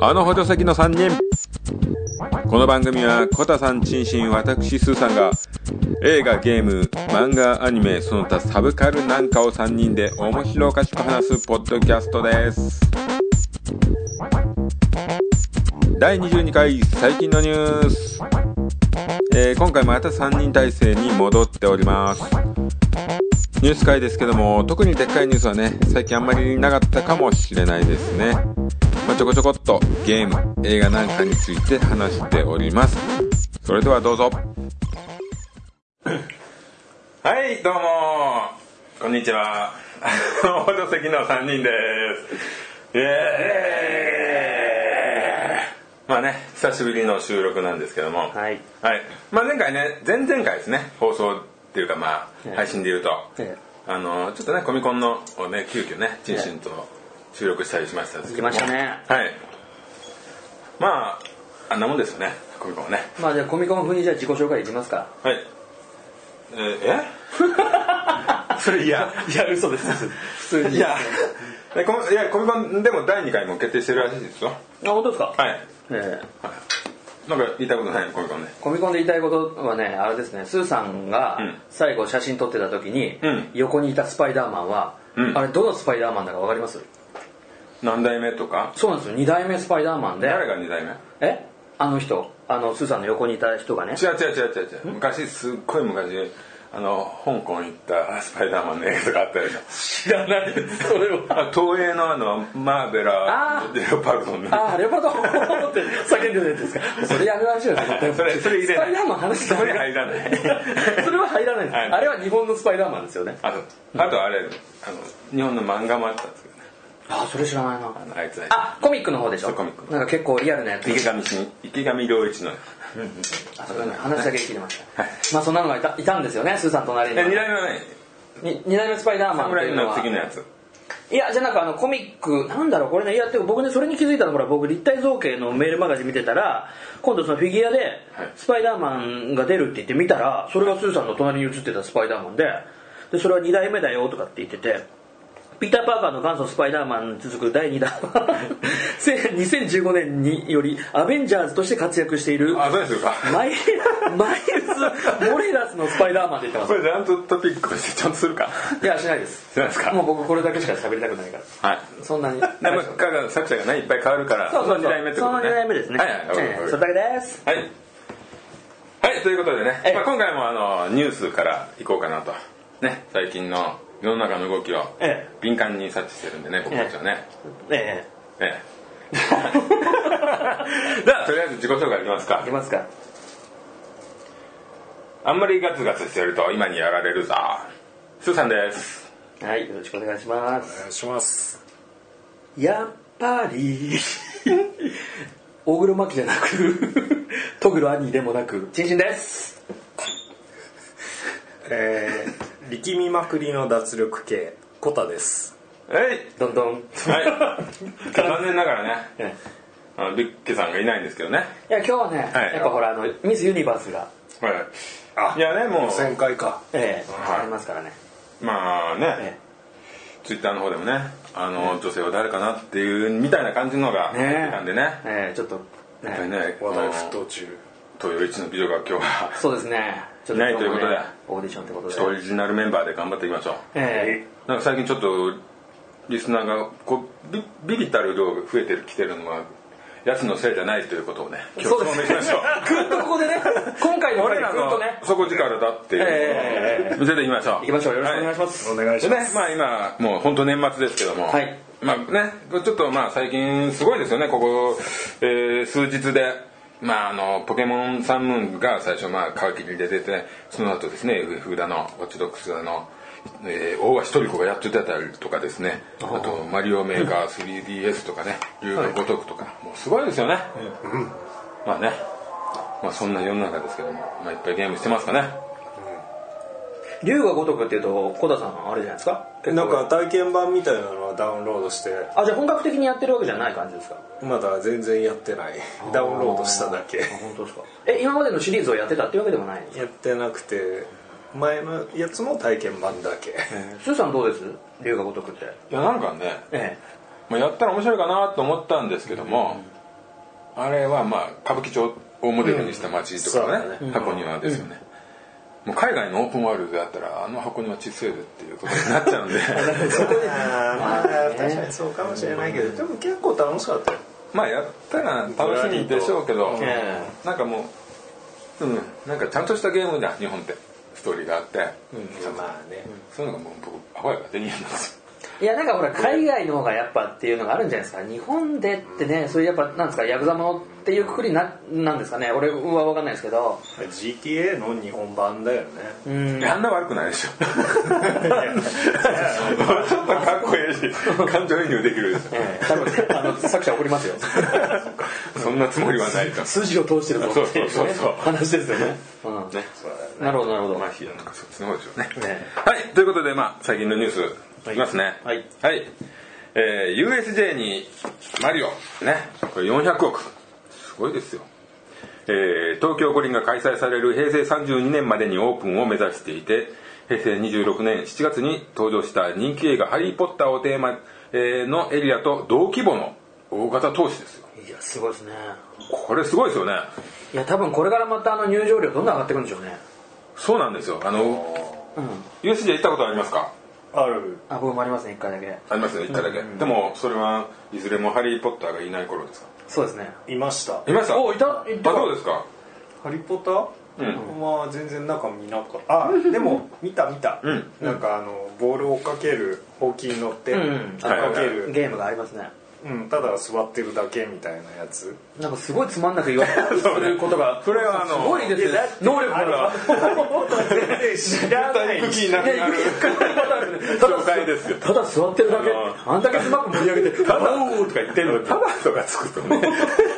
あの補助席の3人この番組はコタさん、チンシン、私、スーさんが映画、ゲーム、漫画、アニメ、その他サブカルなんかを3人で面白おかしく話すポッドキャストです第22回最近のニュース、えー今回また3人体制に戻っておりますニュース会ですけども特にでっかいニュースはね最近あんまりなかったかもしれないですね、まあ、ちょこちょこっとゲーム映画なんかについて話しておりますそれではどうぞはいどうもこんにちは 補助席の3人ですイエーイまあね久しぶりの収録なんですけどもはいはい、まあ、前回ね前々回ですね放送っていうかまえあえ配信で言うと、えあのちょっとねコミコンのをね急遽ねチンシンと収録したりしましたんですけども行きましたねはいまああんなもんですよねコミコンはねまあじゃあコミコン風にじゃあ自己紹介いきますかはいえーえそれいやいや嘘です普通にいやえこのいやコミコンでも第2回も決定してるらしいですよあ本当ですかはいええなんか言いたいことないのコミコンねコミコンで言いたいことはねあれですねスーさんがうん最後写真撮ってた時にうん横にいたスパイダーマンはうんあれどのスパイダーマンだか分かります何代目とかそうなんですよ2代目スパイダーマンで誰が2代目えあの人あのスーさんの横にいた人がね違う違う違う違う違う昔すっごい昔あの香港行ったスパイダーマンの映画があったでしょ 知らないですそれはあ東映のあのマーベラあーレオパルドンのああレオパルド って叫んでるやつですかそれやめましょうよ絶対それそれ入れないスパイダーマン話しそてこに入らない それは入らないです、はいあれは日本のスパイダーマンですよねあとあとあれあの日本の漫画もあったんですけどねあそれ知らないなあのあいつねあコミックの方でしょそうコミックなんか結構リアルなやつ池上し池上良一のあそれね話だけ聞いてました、まあそんなのがいたいたんですよねスーさん隣えに二代目はねに二代目スパイダーマンって侍いうののは次のやついやじゃなくあのコミックなんだろうこれねいやって僕ねそれに気づいたのほら僕立体造形のメールマガジン見てたら今度そのフィギュアではいスパイダーマンが出るって言って見たらそれがスーさんの隣に映ってたスパイダーマンででそれは2代目だよとかって言っててピーター・パーカーの元祖スパイダーマンに続く第2弾は 2015年によりアベンジャーズとして活躍しているあそうです かマイ マイルズ・モレラスのスパイダーマンって言ってこまれちゃんとトピックとしてちゃんとするかすいやしないです しないですかもう僕これだけしか喋りたくないからはいそんなにでも彼らの作者がねいっぱい変わるからそうそうそのう二代目ってこそとのね2代目ですね。はいはいわかるわかえるえそれだけです。はい。はい、ということでね、ええまあ、今回もあのニュースからいこうかなと。ね、最近の世の中の動きをえ敏感に察知してるんでね、僕たちはね。えええ。じゃあ、とりあえず自己紹介いきますえ、いかき。ますか。あんまりガツガツしてると今にやられるぞ。スーさんです。はい、よろしくお願いします。お願いしますやっぱり、大黒摩季じゃなく、トグロ兄でもなく、チンチンです。えー、力みまくりの脱力系コタですはい。どんどん。 はい。残念ながらね、ええあのビッケさんがいないんですけどね。いや、今日はね、はいやっぱほら、あの、ミスユニバースが、はい。いやね、も前回かええはいありますからね。う、まあね。えツイッターの方でもねあの、女性は誰かなっていうみたいな感じのがえ出てたんでねえええちょっと、やっぱりね、ねこ話の題沸騰中東洋一の美女が今日はそうですね。ちょっいないということで今日もねオーディションということで。オリジナルメンバーで頑張っていきましょうえなんか最近ちょっとリスナーがこうビビビたる量が増えてきてるのはやつのせいじゃないということをね今日そうで証す明しましょうぐっとここでね、今回の俺俺ららぐっのとね、底力だっていうのを見せていきましょう行きましょう。よろしくお願いします。お願いしでまねす、まあ今もう本当年末ですけども、はいまあねちょっとまあ最近すごいですよねここ、えー数日で。まああのポケモンサンムーンが最初まあ皮切りで出てその後ですね FF だのウォッチドックスだの、えー大橋トリコがやってたりとかですねあとマリオメーカー 3DS とかね竜のごとくとかもうすごいですよねまあねまあそんな世の中ですけどもまあいっぱいゲームしてますかね龍が如くっていうと小田さんあれじゃないですか結構なんか体験版みたいなのはダウンロードしてあじゃあ本格的にやってるわけじゃない感じですかまだ全然やってないダウンロードしただけあ本当ですかえ今までのシリーズをやってたっていうわけでもないんですかやってなくて前のやつの体験版だけスーさんどうです龍が如くっていやなんかねえまあ、やったら面白いかなと思ったんですけども、あれはまあ歌舞伎町をモデルにした街とかうんそうね,、だね箱庭ですよね、もう海外のオープンワールドだったらあの箱庭小さいでっていうことになっち ゃうんでそこでまあ確かにそうかもしれないけどでも結構楽しかったよ まあやったら楽しみでしょうけど、うんなんかもううんなんかちゃんとしたゲームじゃん日本ってストーリーがあって、まあねそういうのがもう僕アホやからできないんですよいやなんかほら海外の方がやっぱっていうのがあるんじゃないですか日本でってねそういうやっぱなんですかヤクザものっていうくくりななんですかね俺は分かんないですけど GTA の日本版だよねいやあんな悪くないでし ょ ちょっとかっこいいし感情移入できるでしょええ多分あの作者怒りますよそんなつもりはないと 筋を通してるぞそうそうそうそう話ですよね,、うん、ねなるほどなるほどまあいいやなんかそっちの方でしょうねねはいということでまあ最近のニュースいきますねはいはいえー USJ にマリオねこれ400億すごいですよえー東京五輪が開催される平成32年までにオープンを目指していて平成26年7月に登場した人気映画「ハリー・ポッター」をテーマえーのエリアと同規模の大型投資ですよいやすごいですねこれすごいですよねいや多分これからまたあの入場料どんどん上がってくるんでしょうねそうなんですよあのうん USJ 行ったことありますかあるあ僕もありますね一回だけありますよ一回だけ、でもそれはいずれも「ハリー・ポッター」がいない頃ですかそうですねいましたいましたおいたあいたそうですかハリポタうん、まあ全然中見なかったあでも見た見た、うんなんかあのボールを追っかけるほうきに乗ってうん追っはいかける、ゲームがありますねうん、ただ座ってるだけみたいなやつなんかすごいつまんなく言われたりすること がそれはあのすごいですよいやだって能力あれがは 全然知らない武器になくなる紹介ですよただ座ってるだけうんあんだけうまく盛り上げ「て「おー」とか言ってるのタバとかつくとね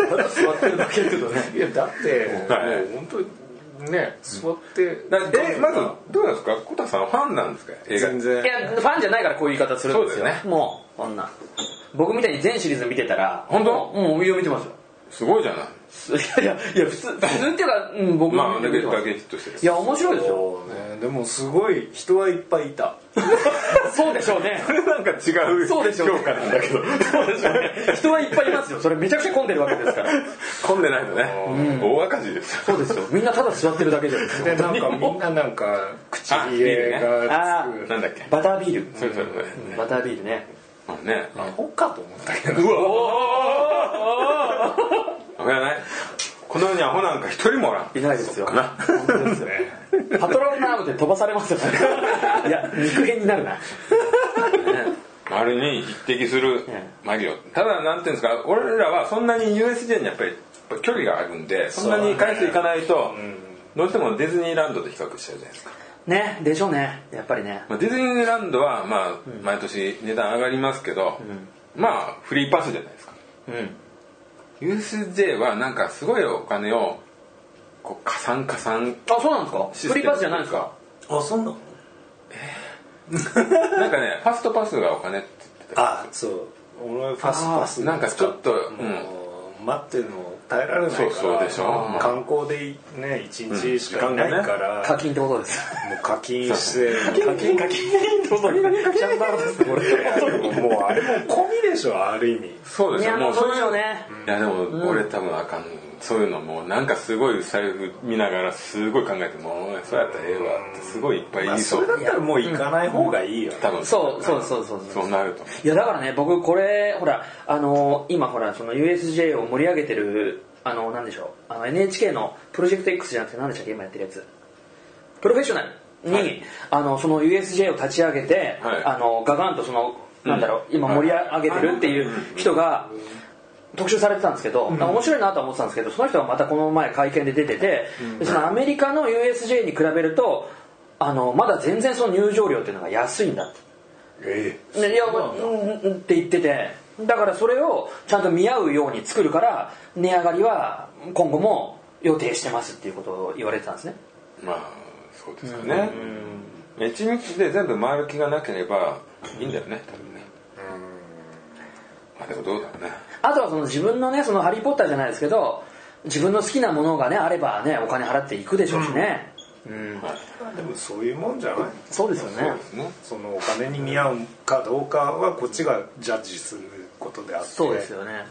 ただ座ってるだけ」って言うとねいやだって、はいもう本当にね座ってだ えまずどうなんですかコタさんファンなんですか映画全然いやファンじゃないからこういう言い方するんですそうよだよもうこんな僕みたいに全シリーズ見てたら本当もうもう上を見てますよすごいじゃないすいやいやいや普通普通っていうか、うん、僕まあもだ見けてまだすけヒットしてるいや面白いですよそうねでもすごい人はいっぱいいたそうでしょうねこれなんか違うそうでしょうね評価なんだけどそうでしょうね人はいっぱいいますよそれめちゃくちゃ混んでるわけですから混んでないとね大赤字ですそうですよみんなただ座ってるだけじゃないですでかなんかみんななんか口あビール冷ねえがあつーなんだっけバタービールそれそれそれうんバタービールねまあねくアホかと思ったけどうわアホやないこの世にアホなんか一人もおらんいないですよな本当ですよパトロンナームで飛ばされますよね いや肉片になる なあれに匹敵するマリオただなんていうんですか俺らはそんなに USJ にやっぱり距離があるんでそんなに回数行かないとどうしてもディズニーランドと比較しちゃうじゃないですか、ねでしょうねやっぱりねまあ、ディズニーランドはまあ毎年値段上がりますけど、まあフリーパスじゃないですかうん、 USJ はなんかすごいお金をこう加算加算あそうなんですかフリーパスじゃないんですかあそんなのなんかねファストパスがお金って言ってたあそう俺ファストパスなんかちょっと、うん、もう待ってるの耐えられないからそうそうでしょ観光でね一日しかいないから、課金ってこと ですもう課金して課金課金どうぞジャンバーですこもうあれも込みでしょある意味そうれでいすやよももううそそううでいしうょうねいやでも俺多分あかん、そういうのもうなんかすごい財布見ながらすごい考えてもうそうやったらええわってすごいいっぱいま言あいそそれだうったらもう行かない方がいいよ、多分そうそうそうそうそそううなるといやだからね僕これほらあの今ほらその USJ を盛り上げてるあのなんでしょうあの NHK のプロジェクト X じゃなくて何でしたっけ今やってるやつプロフェッショナルに、はいあのその USJ を立ち上げて、はいあのガガンとそのなんだろう、今盛り上げてるっていう人が特集されてたんですけど、面白いなとは思ってたんですけどその人はまたこの前会見で出てて、でそのアメリカの USJ に比べるとあのまだ全然その入場料っていうのが安いんだって。ええね、いやうんうんうんって言っててだからそれをちゃんと見合うように作るから値上がりは今後も予定してますっていうことを言われてたんですねまあそうですかね一日で全部回る気がなければいいんだよね多分ねまあでもどうだろうねあとはその自分のね「そのハリー・ポッター」じゃないですけど自分の好きなものがねあればねお金払っていくでしょうしねうん、でもそういうもんじゃないそうですよそうねですねそのお金に見合うかどうかはこっちがジャッジすることであってそうですよね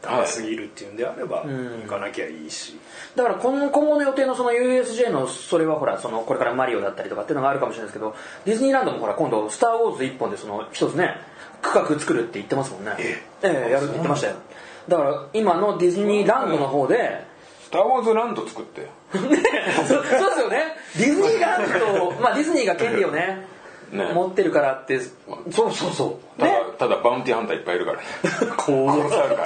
高すぎるっていうんであれば行かなきゃいいし、だから今後今後の予定のその USJ のそれはほらそのこれからマリオだったりとかっていうのがあるかもしれないですけどディズニーランドもほら今度「スター・ウォーズ」一本でその一つね区画作るって言ってますもんねええやるって言ってましたよだから今のディズニーランドの方でスター・ウォーズランド作って そそうですよねディズニーラン ドをまあディズニーが権利をねね持ってるからってそうそうそうただねただバウンティーハンターいっぱいいるからねこ殺される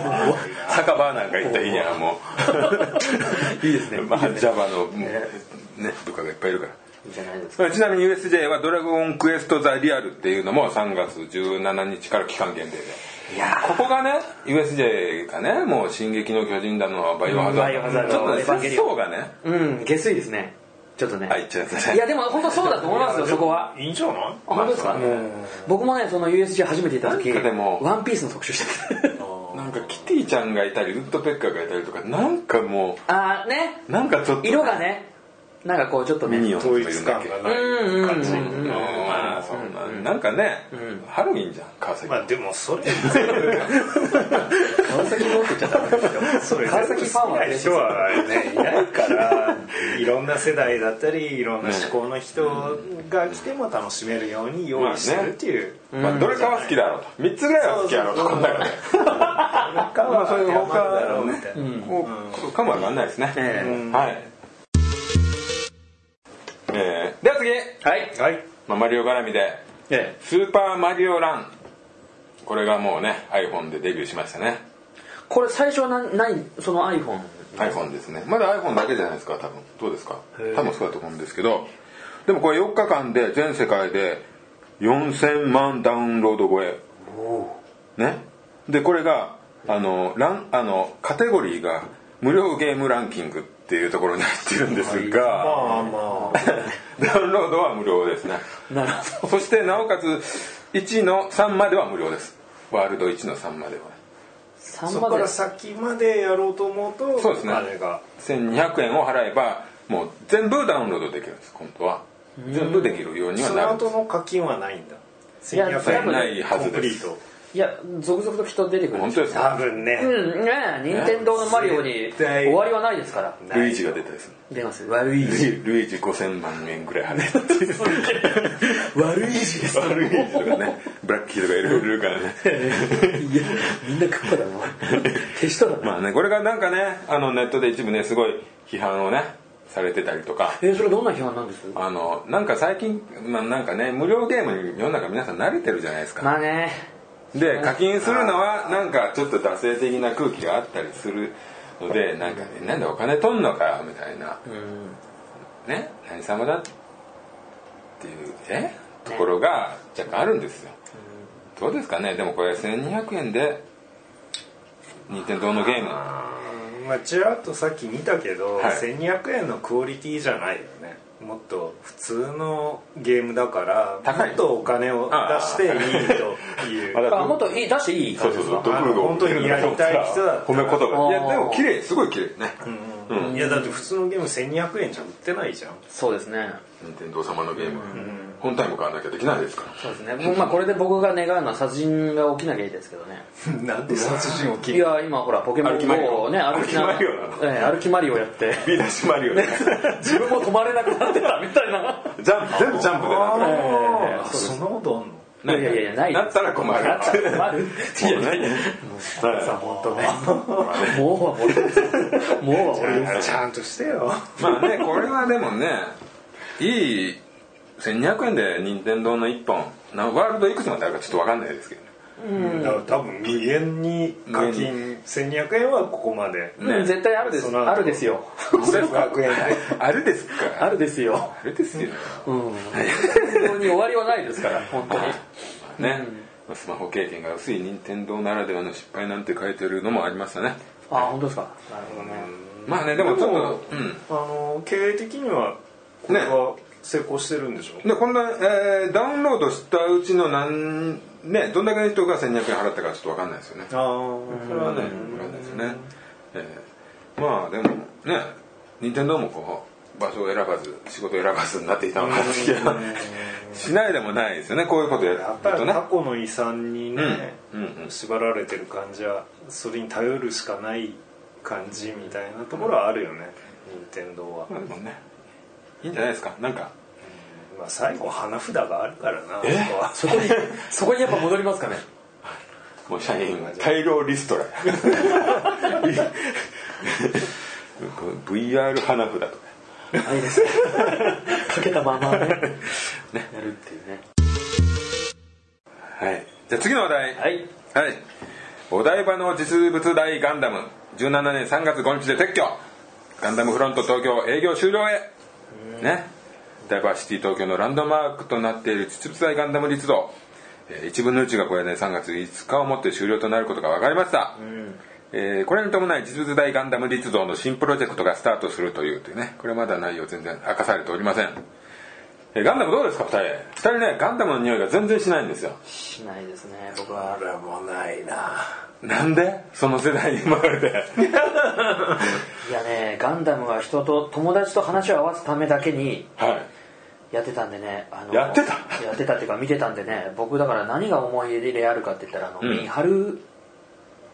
からね酒場なんか行った日にはもういいですうね まあジャバのもうね部下がいっぱいいるからいいじゃないですかまあちなみに USJ は「ドラゴンクエスト・ザ・リアル」っていうのも3月17日から期間限定でいやーここがね USJ がねもう「進撃の巨人」だのバイオハザバイオハザーードドちょっとエヴァンゲねリオン層がねうん下水ですねちょっとねあ言っちゃったいやでも本当そうだと思いますよそこ はいいんじゃないあ本当ですか、僕もねその USJ 初めて行った時なんかでもワンピースの特集してたなんかキティちゃんがいたりウッドペッカーがいたりとかなんかもああねうなんかちょっと色がねなんかこうちょっとねミニオンとか統い一うんだっ感けがうない感じ、んまあそんななんかねハロウィンじゃん川崎まあでもそれ川崎持ってっちゃったそれ川崎ファンは好きな人はねいないからいろんな世代だったりいろんな思考の人が来ても楽しめるように用意してるっていう、まあどれかは好きだろうと3つぐらいは好きやろうとこんだからね他はそういう他だろうみたいな、こうかもわかんないですねええはいえーでは次はいはいまあマリオ絡みでええスーパーマリオランこれがもうね iPhone でデビューしましたねこれ最初は何何その iPhone iPhone ですねまだ iPhone だけじゃないですか多分どうですか多分そうだと思うんですけどでもこれ4日間で全世界で4000万ダウンロード超えねでこれがあのランあのカテゴリーが無料ゲームランキングっていうところになってるんですが、まあまあダウンロードは無料ですねなるほそしてなおかつ1の3までは無料ですワールド1の3までは3そまこかでら先までやろうと思うとそうですねあれが1200円を払えばもう全部ダウンロードできるんです今度は全部できるようにはそなのるんで後すの課金はないんだいや1200円ないはずですコンプいや続々と人出てくる本当ですリート多分ね、うんねえ任天堂のマリオに絶対終わりはないですからルイージが出たりする出ます悪いルイルイージ5000万円ぐらい払えっていう悪い字ですルイージとかね ブラッキーとかいろいろいるからねいやみんなクッパだな手下だな、まあねこれがなんかねあのネットで一部ねすごい批判をねされてたりとかえーそれどんな批判なんですあのなんか最近、まあ、なんかね無料ゲームに世の中皆さん慣れてるじゃないですかまあねで課金するのはなんかちょっと惰性的な空気があったりするのでなんか、ね、なんでお金取んのかよみたいな、ね何様だっていうねところが若干あるんですよ、どうですかねでもこれ1200円で任天堂のゲームまあちらっとさっき見たけど、はい1200円のクオリティじゃないよねもっと普通のゲームだから高いもっとお金を出していいというあだあもっといい出していい感じですかそうあの本当にやりたい人だった褒め言葉いあやーでも綺麗すごい綺麗ねうんいやだって普通のゲーム1200円じゃ売ってないじゃんそうですね任天堂様のゲーム、本体も買わなきゃできないですからそうですねもうまあこれで僕が願うのは殺人が起きなきゃいいですけどねなんで殺人をいや今ほらポケモン GO 歩きマリオをね歩きな歩きマリオなのええ歩きマリオやってビーダッシュマリオね自分も止まれなくなってたみたいなジャンプ全部ジャンプでなんとかあーそんなことあんのいやいやいやないですなったら困るなったら困るいやいやいやさあ本当ねもうは俺ですもうは俺ですちゃんとしてよまあねこれはでもねいい1200円で任天堂の1本なワールドいくつまであるかちょっと分かんないですけどねだから多分無限に課金1200円はここまでねうん絶対あるですその後あるですよ500円であれですかあるですよあれですようん本当に終わりはないですから本当にねスマホ経験が薄い任天堂ならではの失敗なんて書いてるのもありましたねあ本当ですかなるほどねまあねでもちょっとでうもんあの経営的にはこれは成功してるんでしょ、でこんな、えーダウンロードしたうちのなんねどんだけの人が1200円払ったかちょっと分かんないですよねああそれはねね、えーまあでもね任天堂もこう場所を選ばず仕事を選ばずになっていたのかなって気がしないでもないですよねこういうことやるやっぱとりね過去の遺産にね、うんうんうん縛られてる感じはそれに頼るしかない感じみたいなところはあるよね任天堂は、まあでもねいいんじゃないですかなんかまあ、最後花札があるからなえここはそこにそこにやっぱ戻りますかねもう社員大量リストラ VR 花札とかあいい ですねかけたままねやるっていうねはいじゃあ次の話題はいはいお台場の実物大ガンダム17年3月5日で撤去ガンダムフロント東京営業終了へねダイバーシティ東京のランドマークとなっている実物大ガンダム立像えー一分の1がこれね3月5日をもって終了となることが分かりました、えーこれに伴い実物大ガンダム立像の新プロジェクトがスタートするというというねこれまだ内容全然明かされておりませんえーガンダムどうですか2人2人ねガンダムの匂いが全然しないんですよしないですね僕はあれもないななんでその世代に生まれていやねガンダムは人と友達と話を合わすためだけにはいやってたんでねあのやってたやってたっていうか見てたんでね僕だから何が思い入れあるかって言ったらあの、うん三春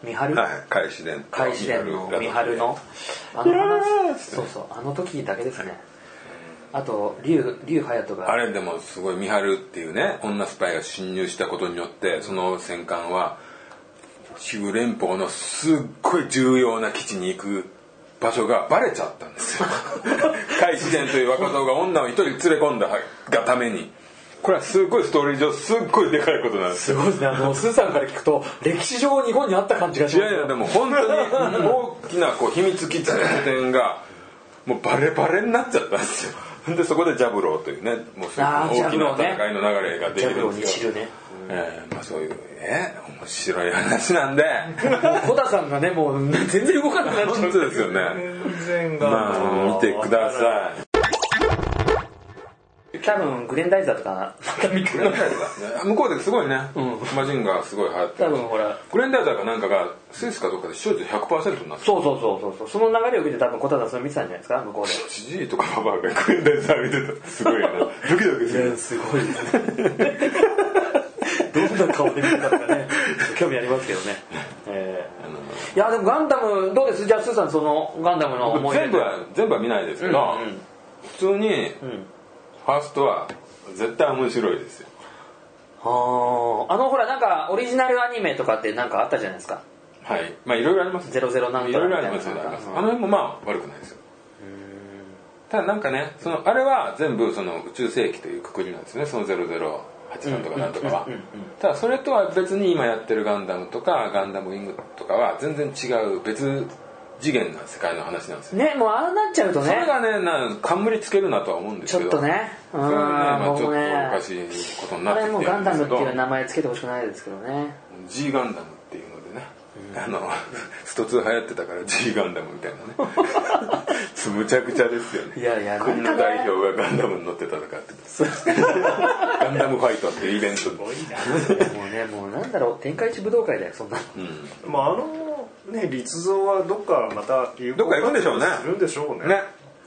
三春、はい開始伝開始伝の三春のあの話そうそうあの時だけですねあと竜竜隼人があれでもすごい三春っていうね女スパイが侵入したことによってその戦艦はヒグ連邦のすっごい重要な基地に行く場所がバレちゃったんですよ開始伝という若造が女を一人連れ込んだがためにこれはすごいストーリー上すっごいでかいことなんですよすごいですねあのスーさんから聞くと歴史上日本にあった感じがしいますやいやでも本当に大きなこう秘密基地の拠点がもうバレバレになっちゃったんですよでそこでジャブローというねもうすごいあー大きなジャブロ戦いの流れができジャブるロんにで散すよるねえーまあそういうね面白い話なんで小田さんがねもう全然動かなくなっちゃ本う当ですよね全然が、まあ見てください多分グレンダイザーとかまた見てる向こうですごいね、マジンガーすごい流行って多る分ほらグレンダーザーかなんかがスイスかどっかで視聴率100%になってそうそうそうそうそうその流れを見て多分小田さんそれ見てたんじゃないですか向こうでじじいとかばばあがグレンダーザー見てたすごいよねドキドキするすごいですね どんな顔で見てたのかね興味ありますけどね、えーいやでもガンダムどうですじゃあスーさんそのガンダムの 思い出全部は全部は見ないですけど、うんうん普通にファーストは絶対面白いですよあーあのほらなんかオリジナルアニメとかってなんかあったじゃないですかはいまあいろいろありますゼロゼロなんとかいろいろありますよみねたあいなりますあの辺もまあ悪くないですよただなんかねそのあれは全部その宇宙世紀というくくりなんですねその0083とかなんとかはただそれとは別に今やってるガンダムとかガンダムウィングとかは全然違う別次元な世界の話なんですよねもうああなっちゃうとそれねがねな冠つけるなとは思うんですちけょっどとねうんそれはね、まあ、ちょもっとうおねかしいことになあってきてれもうるガんンでダすムけってどいう名前つけてほしくないですけどね G ガンダムっていうのでね、あのスト2流行ってたから G ガンダムみたいなね むちゃくちゃですよねいやいや国の代表がガンダムに乗って戦ってるガンダムファイトっていうイベントでもうねもうなんだろう天下一武道会だよそんなのまあ、あのね立像はどっかまた有効活用するんでしょうねね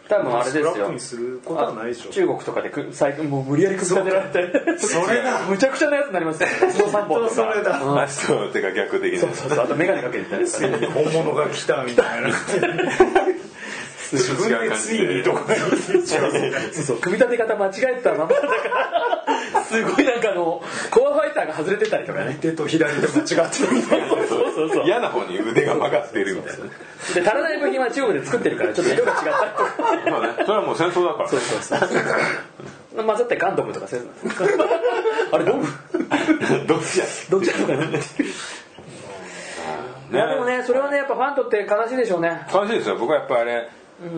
多分あれですスラッよプにすることはないでしょう中国とかでく最近もう無理やり組み立てられてそれだむちゃくちゃなやつになりますねその三本とそかれだあそう手が逆的なそうそうそうあと眼鏡かけてたりとかね本物が来たみたいな自分でついにとか言っちゃうそうそう組み立て方間違えたままだからすごいなんかあのコアファイターが外れてたりとかね手と左で間違ってるみたいなそうそうそう嫌な方に腕が曲がってるみたいなねで足らない部品は中国で作ってるからちょっと色が違ったりとかまあねそれはもう戦争だからそうそうそう混ざってガンドムとかそういうのあれドムどっちやどっちだとかねいやでもねねそれはねやっぱファンにとって悲しいでしょうね悲しいですよ僕はやっぱあれ、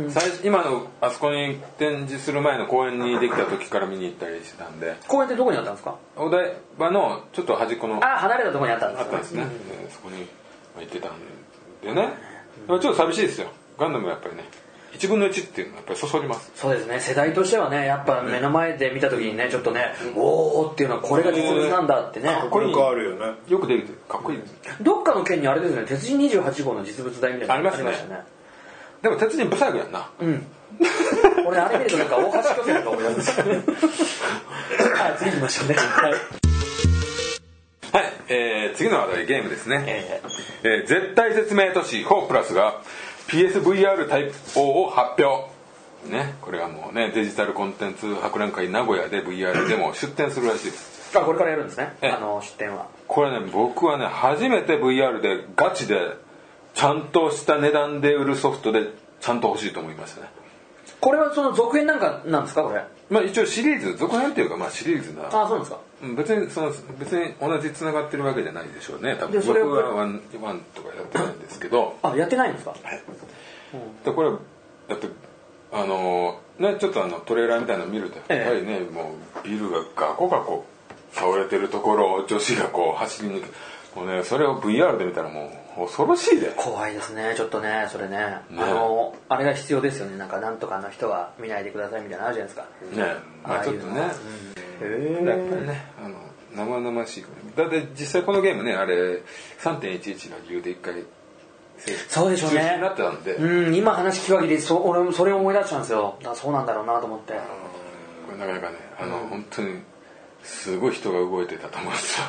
最初今のあそこに展示する前の公園にできた時から見に行ったりしてたんで公園ってどこにあったんですかお台場のちょっと端っこのあああ離れたところにあったんですっよたんですね、えーそこに行ってたんでね、でもちょっと寂しいですよガンダムはやっぱりね1分の1っていうのはやっぱりそそりますそうですね世代としてはねやっぱ目の前で見た時にねちょっとねおおっていうのはこれが実物なんだってねこれかあるよねよくできてるかっこいいですどっかの県にあれですね鉄人28号の実物大みたいなのありますねたねでも鉄人ブサイクやんなうん俺あれ見るとなんか大橋巨泉が思い出すん ですよはい次行きましょうねはいはい、えー次の話題ゲームですね、ええー絶対説明都市4プラスが PSVR 対応を発表ね、これがもうねデジタルコンテンツ博覧会名古屋で VR でも出展するらしいですーあこれからやるんですねええあの出店はこれね僕はね初めて VR でガチでちゃんとした値段で売るソフトでちゃんと欲しいと思いましたねこれはその続編なんかなんですかこれまあ一応シリーズ続編っていうかまあシリーズなあそうなんですかうん別にその別に同じ繋がってるわけじゃないでしょうね多分でそれ僕はワンワンとかやってないんですけどあやってないんですかでこれやっぱりあのーねちょっとあのトレーラーみたいなの見るとええやっぱりね、もうビルがガコガコ倒れてるところを女子がこう走り抜けもうねそれを VR で見たらもう恐ろしいで怖いですねちょっとねそれねねあのあれが必要ですよねなんかなんとかの人は見ないでくださいみたいなのあるじゃないですかねまあちょっとねああへやっぱりねあの生々しいだって実際このゲームねあれ3.11の理由で一回そうでしょうね中止になってたんで、うん今話聞く限りそう俺もそれを思い出したんですよあそうなんだろうなと思ってこれなかなかねあの、本当にすごい人が動いてたと思うんですよ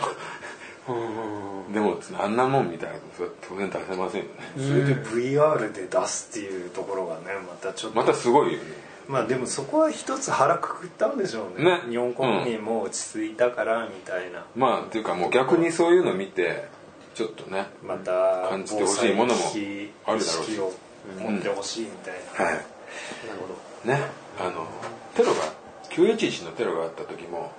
でもあんなもんみたいなことは当然出せませんよねそれで VR で出すっていうところがねまたちょっとまたすごいよねまあでもそこは一つ腹くくったんでしょうねね日本国民も落ち着いたからみたいな、まあっていうかもう逆にそういうの見てちょっとねまた感じてほしいものも防災意識あるだろうし意識を持ってほしいみたいな、はいなるほどねあのテロが911のテロがあった時も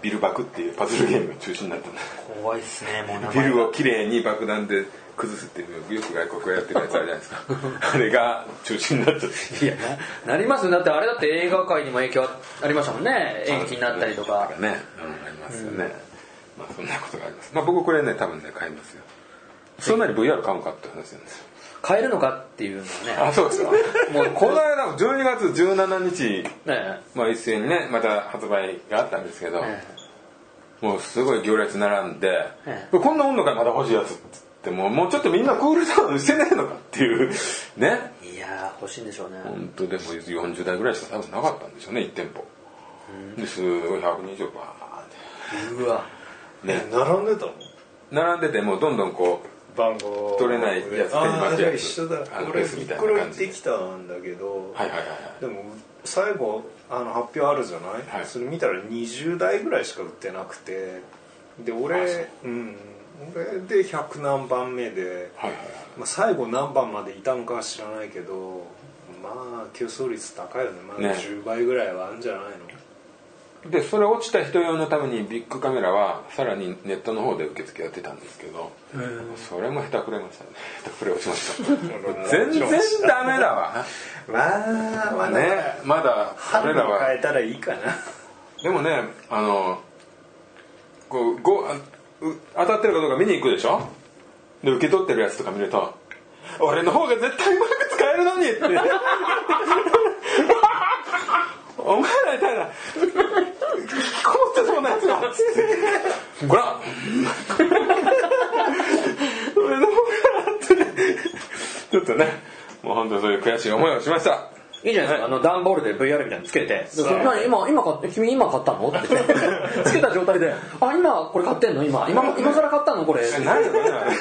ビル爆っていうパズルゲームが中止になったんだ怖いっすねもう名ビ前ルをきれいに爆弾で崩すっていうのよく外国がやってるやつあるじゃないです かあれが中止になっちゃっていやななりますよだってあれだって映画界にも影響あありましたもんね延期になったりとかね、うん、ありますよね、まあそんなことがありますまあ僕これね多分ね買いますよそんなに VR 買うのかって話なんですよ変えるのかっていうのはねあそうですかもうこの間 も12月17日ねまあ一斉にねまた発売があったんですけど、えもうすごい行列並んで、えこんな温度からまた欲しいやつって言ってももうちょっとみんなクールダウンしてねえのかっていうねえいやー欲しいんでしょうね本当でも40代ぐらいしか多分なかったんでしょうね1店舗、ですごい120バーってうわね並んでたもん並んでてもうどんどんこう番号取れないやつ手に巻くやつああじゃあ一緒だあの俺レースみたいなこれ感じでできたんだけど、はいはいはいでも最後あの発表あるじゃない、はいそれ見たら20台ぐらいしか売ってなくてであ俺そうう、ん、俺で100何番目で、はいはいはいまあ、最後何番までいたのかは知らないけどまあ競争率高いよねまあね10倍ぐらいはあるんじゃないの、でそれ落ちた人用のためにビッグカメラはさらにネットの方で受付やってたんですけどそれも下手くれましたね下手くれ落ちま した全然ダメだわまあまあねねまだ春俺らをは変えたらいいかなでもねあのこうごあう当たってるかどうか見に行くでしょで受け取ってるやつとか見ると俺の方が絶対うまく使えるのにって お前らみたいなこもってそうなやつがつってほら俺の方がってちょっとねもう本当にそういう悔しい思いをしましたいいじゃないですか、あの段ボールで VR みたいにつけて「そんなに今今買って君今買ったの?」 ってつけた状態で「あ今これ買ってんの今今今更買ったのこれ」え何だろうねあれ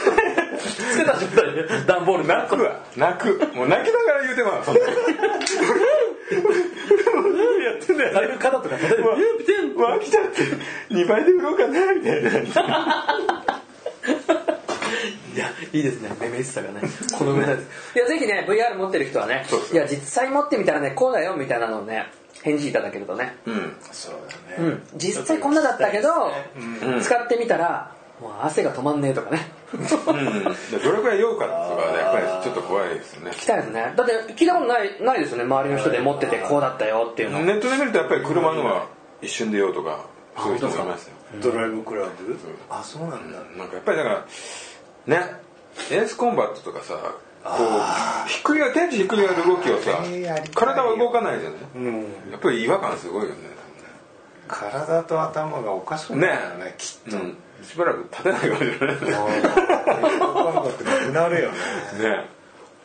つけた状態で段ボール何個泣くわ泣くもう泣きながら言うてまうそんな やってんだよだいぶ肩とか立てるうわうわ飽きちゃって2倍で売ろうかなみたいないや いいですねめめしさがねこのぐらいです いやぜひね VR 持ってる人はねそうですいや実際持ってみたらねこうだよみたいなのをね返事いただけるとね、うんそううだん、実際こんなだったけど、ねうん使ってみたらもう汗が止まんねえとかねうんどれくらい酔うかっていうのがねやっぱりちょっと怖いですよね聞きたいですねだって聞いたことないないですよね周りの人で持っててこうだったよっていうのネットで見るとやっぱり車のは一瞬で酔うとかそういう人もいますよドライブクラブ、あそうなんだ、なんかやっぱりだからねエースコンバットとかさこうひっくり返天地ひっくり返る動きをさあれやりたいよ体は動かないじゃないうん、やっぱり違和感すごいよね体と頭がおかしくねなるよねきっえ、うん、しばらく立てないかもしれないと分かんなくなるよね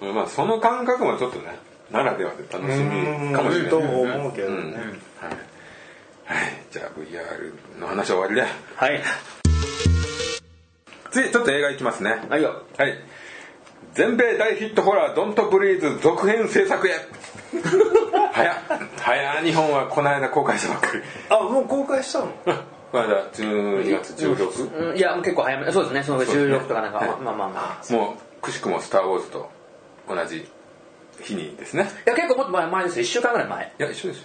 ねまあ、その感覚もちょっとねならではで楽しみかもしれないと思うけどね、はい、はい、じゃあ VR の話は終わりだはい次ちょっと映画いきますねはいよはい全米大ヒットホラー「ドントブリーズ」続編制作へ早っ早っ日本はこの間公開したばっかり あもう公開したのこの間12月16うんいやもう結構早めそうですねそのそうですね16とかなんか、はいまあまあまあもうくしくも「スター・ウォーズ」と同じ日にですねいや結構もっと前前ですよ1週間ぐらい前いや一緒ですよ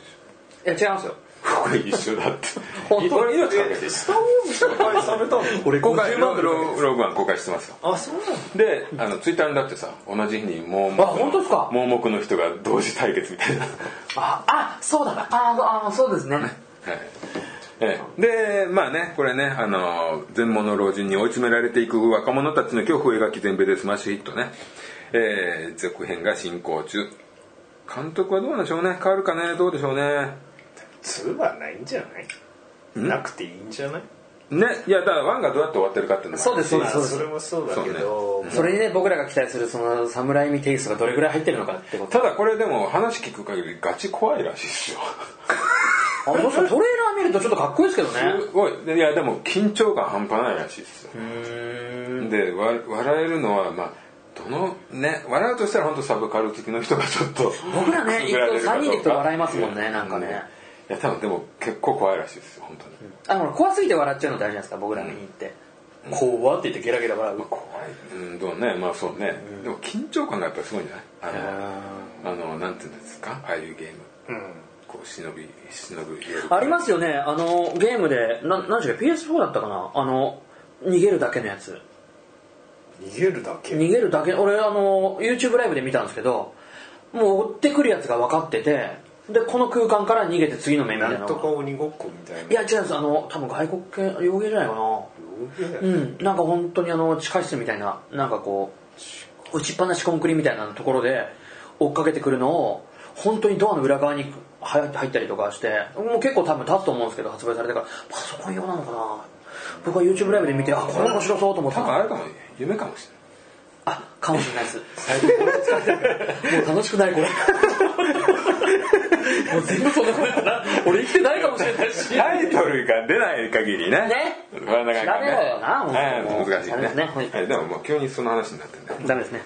いや違いますよこれ一緒だって本当に命かけてスター・ウォーズ公開されたの俺公開50ロ万ーローグワン公開してますよあそうなのであのツイッターにだってさ同じ日に盲目あ本当ですかの盲目の人が同時対決み たいなはいああそうだああそうですねええでまあねこれねあの全盲の老人に追い詰められていく若者たちの恐怖を描き全米でスマッシュヒットね、ええ続編が進行中監督はどうなんでしょうね変わるかねどうでしょうね2はないんじゃないなくていいんじゃないねいやだから1がどうやって終わってるかっていうのもあるそうですそうですそうまであそすれもそうだけどそれにね僕らが期待するその侍味テイストがどれぐらい入ってるのかってことただこれでも話聞く限りガチ怖いらしいですよ あそうそうトレーラー見るとちょっとかっこいいですけどねすごいでいやでも緊張感半端ないらしいですよでわ笑えるのはまあどのね笑うとしたら本当サブカル好きの人がちょっと僕らね くぐれるかどうか一応三人で行くと笑いますもんねなんかねういや多分でも結構怖いらしいですよ本当に、あのほら怖すぎて笑っちゃうのってあるじゃないですか僕ら見に行って、怖って言ってゲラゲラ笑うまあ、怖いうんどうねまあそうね、でも緊張感がやっぱりすごいんじゃないあのあのなんていうんですかああいうゲームうんこう忍び忍ぶやるありますよねあのゲームでな何でしたっけ PS4 だったかなあの逃げるだけのやつ逃げるだけ逃げるだけ俺あの YouTube ライブで見たんですけどもう追ってくるやつが分かっててでこの空間から逃げて次の面みたいなのなんがとか鬼ごっこみたいないや違うんですあの多分外国系洋芸じゃないかなうんなんか本当にあの地下室みたいななんかこう打ちっぱなしコンクリみたいなところで追っかけてくるのを本当にドアの裏側に入入ったりとかしてもう結構多分経つと思うんですけど発売されてからパソコン用なのかな僕は YouTube ライブで見てあこれ面白そうと思っ多た分あれかも夢かもしれないあかもしれないです最近これ使ってもう楽しくないこれ もう全部そんなことだな俺生きてないかもしれないしタイトルが出ない限りね。ねこれはなかなかね調べろよなもうはい難しいダメねですねはいはい。でももう急にその話になってんだよダメですね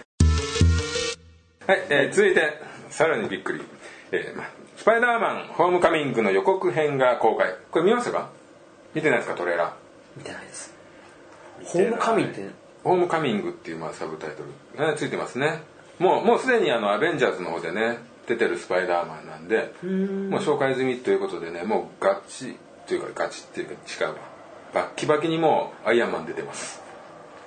はい、えー続いて、さらにびっくり。えーまスパイダーマンホームカミングの予告編が公開。これ見ましたか見てないですか、トレーラー。見てないですホームカミンってホームカミングっていうまあサブタイトルがついてますねもうもうすでにあのアベンジャーズの方でね出てるスパイダーマンなんでもう紹介済みということでねもうガチというかガチっていうか違うバッキバキにもうアイアンマン出てます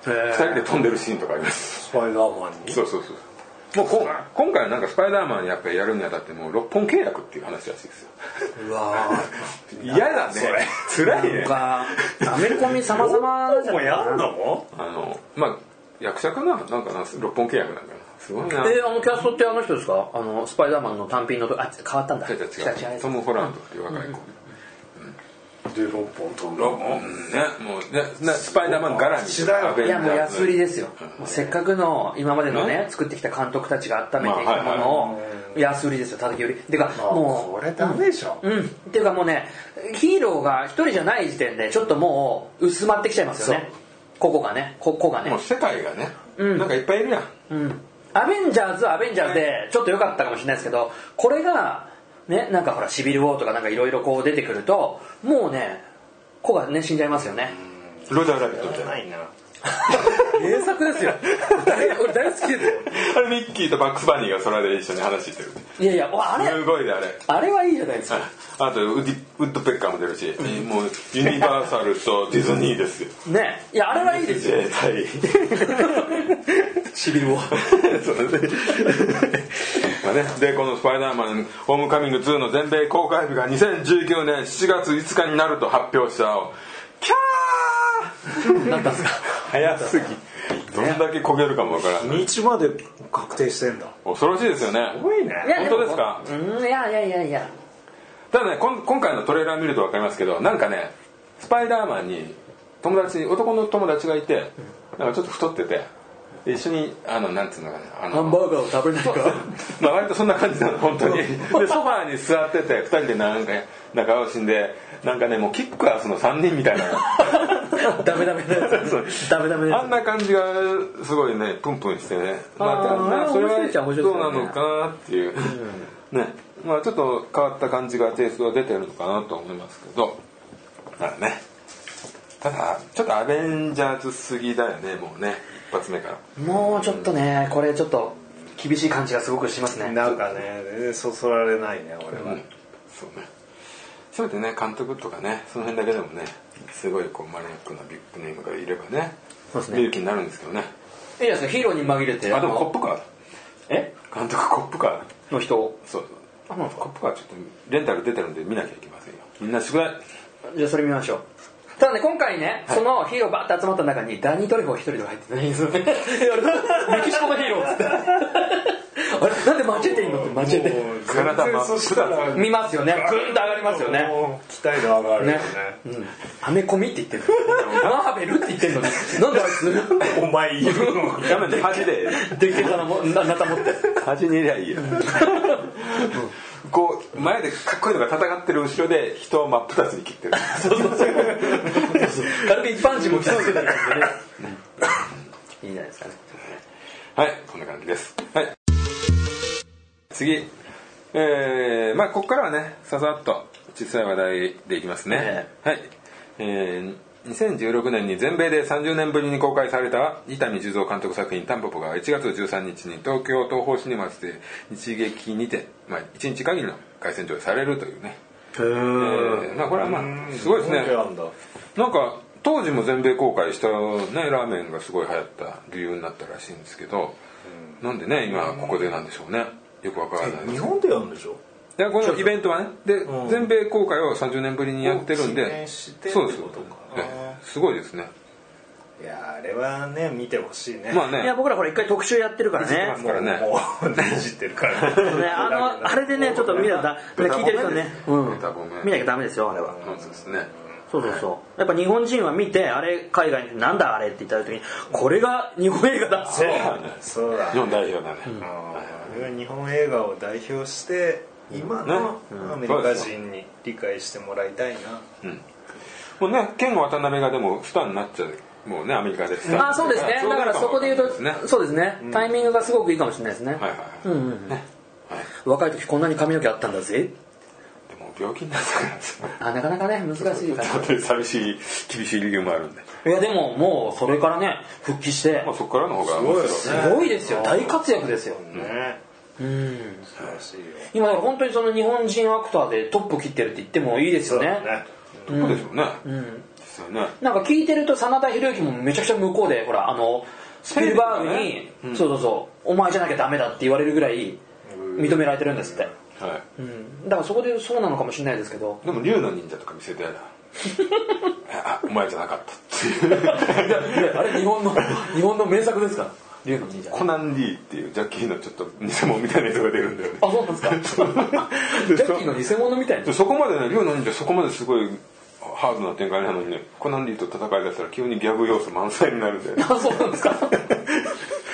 2人で飛んでるシーンとかありますスパイダーマンにそうそうそうもうこ今回はなんかスパイダーマンやっぱりやるにあたってもう6本契約っていう話らしいですようわー嫌だね辛いねなんかアメリコミ様々なんじゃもなういやかんなのあのまあ役者かななんかな6本契約なんかなすごいなえーあのキャストってあの人ですかあのスパイダーマンの単品のとあ変わったんだ違う違う違うトム・ホランドっていう若い子で6本飛んだもうねもうねねスパイダーマン絡みそうかいやもう安売りですよ、うんもうせっかくの今までのね作ってきた監督たちが温めてきたものまを安売りですよ叩き売りっていうかあもうこれダメでしょうん、っていうかもうねヒーローが一人じゃない時点でちょっともう薄まってきちゃいますよねここがねここがねもう世界がね、うんなんかいっぱいいるやんうんアベンジャーズはアベンジャーズでちょっと良かったかもしれないですけどこれがねなんかほらシビルウォーとかなんかいろいろこう出てくるともうね子がね死んじゃいますよねロジャーラビットじみたゃいなないな名作ですよ大俺大好きですよあれミッキーとバックスバニーがそれで一緒に話してるいやいやわあれすごいであれあれはいいじゃないですか あとウッディウッドペッカーも出るし、もうユニバーサル とディズニーですよねいやあれはいいですよ自衛隊シビルウォ ーそうだねまあね、でこの「スパイダーマンホームカミング2」の全米公開日が2019年7月5日になると発表したキャーなったんですか早すぎどんだけ焦げるかもわからない日まで確定してんだ恐ろしいですよねすごいねいやも本当ですかうんいやいやいやいやただねこん今回のトレーラー見ると分かりますけどなんかねスパイダーマンに友達男の友達がいてなんかちょっと太ってて一緒にあのなんつうのかねあのハンバーガーを食べないかまあ割とそんな感じなの本当にでソファーに座ってて2人でなんか仲良しんでなんかねもうキックアスの3人みたいなダメダメなやつダメダメなあやんな感じがすごいねプンプンしてねまあーたねそれ面白いっちゃ面は白いどうなのかなっていうねまあちょっと変わった感じがテイストが出てるのかなと思いますけどだからねただちょっとアベンジャーズすぎだよねもうね一発目からつもうちょっとねこれちょっと厳しい感じがすごくしますねなんかね全然そそられないね俺は、そうねせめてね監督とかねその辺だけでもねすごいこうマニアックなビッグネームがいればねそうですね見る気になるんですけどねいいですかヒーローに紛れてあでもコップかえ監督コップかの人そうそうあもうコップかちょっとレンタル出てるんで見なきゃいけませんよみんな宿題じゃあそれ見ましょうただね今回ね、そのヒーローバーって集まった中にダニー・トリフォー一人で入ってないんですよね メキシコのヒーローっつってあれなんで間違えていいのって間違えてもう体全然そしたら見ますよねグーンと上がりますよねもう期待度上がるよねね、うん、アメコミって言 ってるのマーベルって言ってるのになんであいつ お前言うの画面で端でできるかなもななた持って端にいりゃいいよ こう前でかっこいいのが戦ってる後ろで人を真っ二つに切ってる 軽く一般人も来たってる感じでねいいんじゃないですかねはい、こんな感じです。はい。次。えー、まあここからはね、ささっと小さい話題でいきますねえ。はい。えー、2016年に全米で30年ぶりに公開された伊丹十三監督作品「タンポポ」が1月13日に東京東宝シネマスで日劇にて、まあ、1日限りの回線上映されるというね、えーまあ、これはまあすごいですね日本なんだなんか当時も全米公開した、ね、ラーメンがすごい流行った理由になったらしいんですけど、なんでね今ここでなんでしょうねよくわからない日本でやるんでしょでこのイベントはねで、うん全米公開を30年ぶりにやってるんを記で念してそうですってことかええすごいですねいやあれはね見てほしいねまあねいや僕らこれ一回特集やってるからねますからねもうもういじってるからね、あのあれでねちょっと見なきゃベタ聞いてる人ね、うんベタ褒め見なきゃダメですよあれはそうですねそうそうそうやっぱ日本人は見てあれ海外の人なんだあれって言った時にこれが日本映画だそうそうだ日本代表だね、俺は日本映画を代表して今のアメリカ人に理解してもらいたいなもうねケンゴ渡辺がでもスターになっちゃうもうねアメリカでスターあそうですねだからそこで言うと、ねはいそうですねタイミングがすごくいいかもしれないですね、はいはい、うんうんうん若い時こんなに髪の毛あったんだぜでも病気になったからさ あなかなかね難しいかちょっと寂しい厳しい理由もあるんで、らいやでももうそれからね復帰してまあ、そこからの方が面白いすすごいですよ大活躍ですよねうん素晴らしいよ今だから本当にその日本人アクターでトップ切ってるって言ってもいいですよねそうでしょうね、ん実際ねなんか聞いてると真田広之もめちゃくちゃ向こうでほらあのスピルバーグに、そうそうそうお前じゃなきゃダメだって言われるぐらい認められてるんですって、はうん、だからそこでそうなのかもしれないですけどいでも竜の忍者とか見せてやだあお前じゃなかったっていうあれ日本の 日本の名作ですから龍の忍者コナン・リーっていうジャッキーのちょっと偽物みたいな人が出るんだよねあそうなんですか ジャッキーの偽物みたいなでそこまでね竜の忍者そこまですごいハードな展開なのにねコナン・リーと戦いだしたら急にギャグ要素満載になるんだよねあそうなん ですか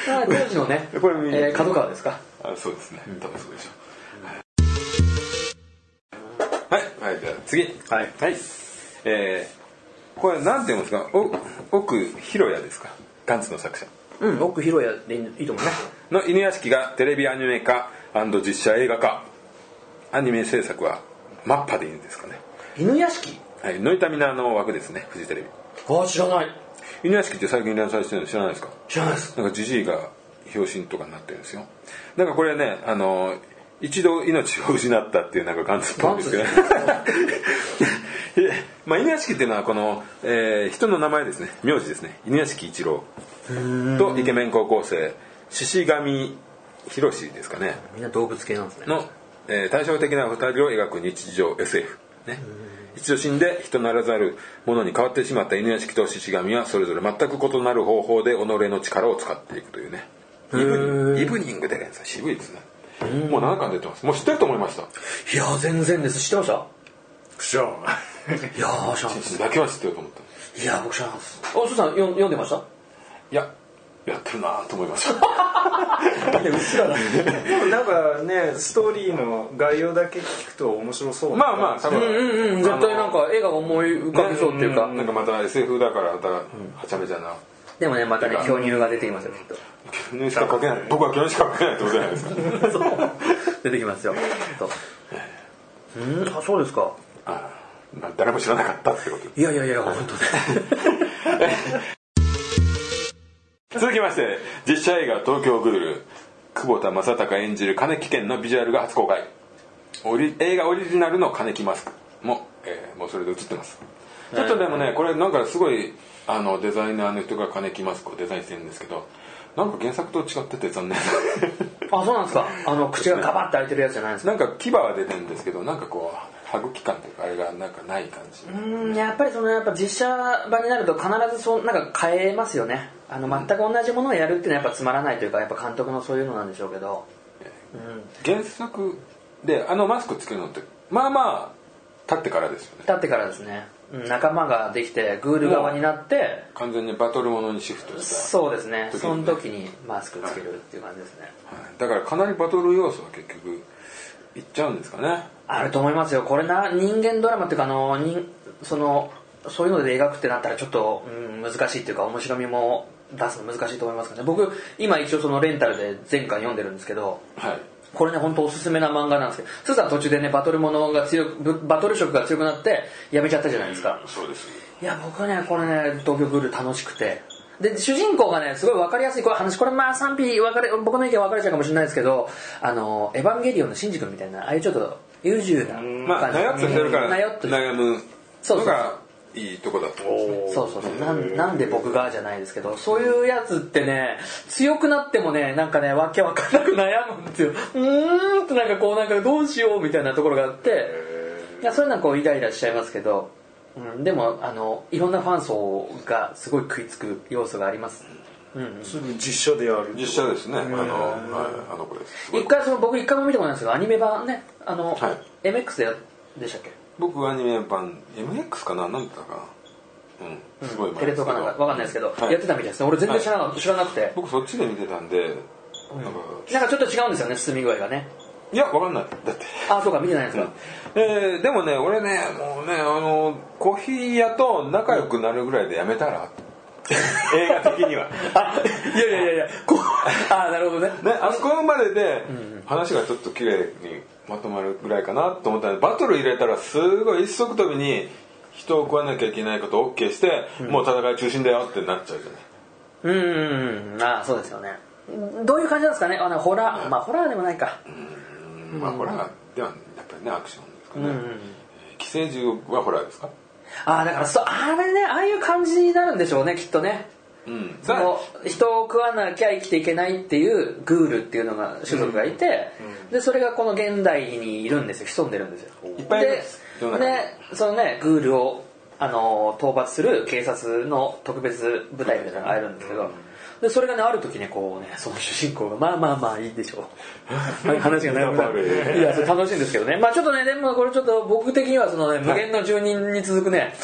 あ当時のねこれ見にえー角川ですかあそうですね多分そうでしょうはい、はい、じゃあ次はいはい。えー、これなんて言うんですか。お奥広也ですか。ガンツの作者うん奥広也でいいと思いますの犬屋敷がテレビアニメ化実写映画化。アニメ制作はマッパでいいんですかね。犬屋敷はい。ノイタミナの枠ですね。フジテレビ。あ知らない犬屋敷って最近連載してるの知らないですか。知らないですなんかジジイが表紙とかになってるんですよ。なんかこれね、あの一度命を失ったっていうなんかガンツっぽいんですけど、ねガ。 まあ犬屋敷っていうのはこの、えー人の名前ですね、名字ですね。犬屋敷一郎とイケメン高校生獅子神博士ですかね。みんな動物系なんですねの、えー対照的な二人を描く日常 SF、ね、一度死んで人ならざるものに変わってしまった犬屋敷と獅子神はそれぞれ全く異なる方法で己の力を使っていくというねイブニイブニングで連載渋いですねもう7巻出てますもう知ってると思いましたいや全然です知ってましたクションいやー知らなかったでだけは知ってると思ったすいや僕知らなかったですおすーさんよん読んでましたいややってるなと思いましたうっすらだでもなんかねストーリーの概要だけ聞くと面白そうまあまあ多分うんうん絶対なんか絵が思い浮かびそうっていうか、なんかまた SF だからまたはちゃめちゃなでもねまたね巨乳が出てきますよきっと巨乳しか書けない僕は巨乳しか書けないってことじゃないですか出てきますよとうんあそうですかあーまあ誰も知らなかったってこといやいやいや本当ね続きまして実写映画「東京グール」久保田正孝演じる金木健のビジュアルが初公開オリ映画オリジナルの金木マスクも、えーもうそれで映ってますちょっとでもねこれなんかすごいあのデザイナーの人が金木マスクをデザインしてるんですけどなんか原作と違ってて残念あそうなんですかあの口がガバッて開いてるやつじゃないんですかなんか牙は出てるんですけどなんかこう歯茎感というかあれがなんかない感じうんやっぱりそのやっぱ実写版になると必ずそうなんか変えますよねあの全く同じものをやるっていうのはやっぱつまらないというかやっぱ監督のそういうのなんでしょうけどうん原作であのマスクつけるのってまあまあ経ってからですよね経ってからですねうん仲間ができてグール側になって完全にバトルものにシフトしたそうですね時にその時にマスクつけるっていう感じですねはいだからかなりバトル要素は結局いっちゃうんですかねあると思いますよこれな人間ドラマっていうかあの人そのそういうので描くってなったらちょっと、うん、難しいっていうか面白みも出すの難しいと思いますけどね僕今一応そのレンタルで前回読んでるんですけどはいこれね本当おすすめな漫画なんですけどスーさん途中でねバトルものが強くぶバトル色が強くなってやめちゃったじゃないですかそうですいや僕ねこれね東京グール楽しくてで主人公がねすごい分かりやすいこれ話これまあ賛否分かれ僕の意見分かれちゃうかもしれないですけど「あのエヴァンゲリオン」のシンジ君みたいなああいうちょっと優柔な感じまあなよっとしてるからなよっとして悩むそうのそうそうがいいとこだとそうそうそうなんなんで僕がじゃないですけどそういうやつってね強くなってもねなんかねわけわかんなく悩むんですようーんってなんかこうなんかどうしようみたいなところがあっていやそういうのはこうイライラしちゃいますけど、うん、でもあのいろんなファン層がすごい食いつく要素がありますうんすぐ実写でやる実写ですねあのはいあの子です一回その僕一回も見たことないんですけどアニメ版ねあの、はい MX でやでしたっけ僕はアニメ版 MX かな何だったかなうんすごい前テレです東けどかなんかわかんないですけど、はいやってたみたいですね俺全然知らな,、知らなくて僕そっちで見てたんでなんかなんかちょっと違うんですよね進み具合がねいやわかんないだってあそうか見てないですか、えーでもね俺ねもうねあのコーヒー屋と仲良くなるぐらいでやめた ら映画的にはあ いやいやいやいやこうあなるほどねね、あそこまでで話がちょっと綺麗にまとまるぐらいかなと思ったんでバトル入れたらすごい一足飛びに人を食わなきゃいけないことを OK して、もう戦い中心だよってなっちゃうじゃないうんうんうんあそうですよねどういう感じなんですかねあのホラーまあホラーでもないかうんまあホラーではやっぱりねアクションですかね、えー寄生獣はホラーですかあだからそうあれねああいう感じになるんでしょうねきっとねうんその人を食わなきゃ生きていけないっていうグールっていうのが種族がいて、でそれがこの現代にいるんですよ潜んでるんですよいっぱいいるんです世での中にでそのねグールをあの討伐する警察の特別部隊みたいなのがあるんですけど、でそれがねある時ねこうねその主人公がまあまあまあいいでしょうはい話が長くなるいやそれ楽しいんですけどねまあちょっとねでもこれちょっと僕的にはそのね無限の住人に続くね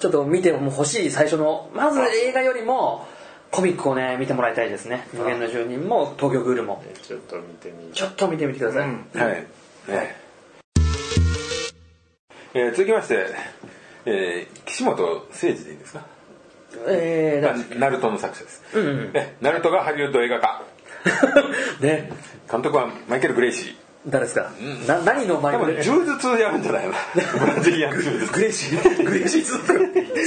ちょっと見ても欲しい最初のまず映画よりもコミックをね見てもらいたいですね無限の住人も東京グールもちょっと見てみちょっと見てみてください、うんはい、ねえー続きまして、えー岸本誠二でいいですかえー、だかナルトの作者です、んうんねナルトがハリウッド映画化ら ね監督はマイケル・グレイシー誰ですか、な何の前多も分ね柔術やるんじゃないのブラジリアン柔術グレイシーグレイシー続くグレイ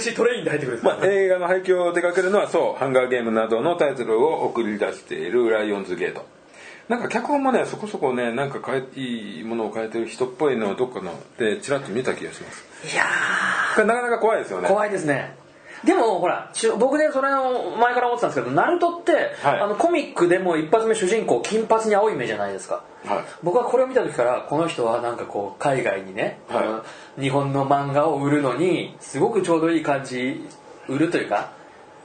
シートレインで入ってくるんですかまあ、映画の配給を手掛けるのはそう「ハンガーゲーム」などのタイトルを送り出しているライオンズゲートなんか脚本もねそこそこねなんか変えいいものを変えてる人っぽいのをどっかのでちらっと見た気がしますいやーこれなかなか怖いですよね怖いですねでもほらちゅ僕ねそれを前から思ってたんですけどナルトって、はいあのコミックでも一発目主人公金髪に青い目じゃないですか、はい僕はこれを見た時からこの人はなんかこう海外にね、はいあの日本の漫画を売るのにすごくちょうどいい感じ売るというか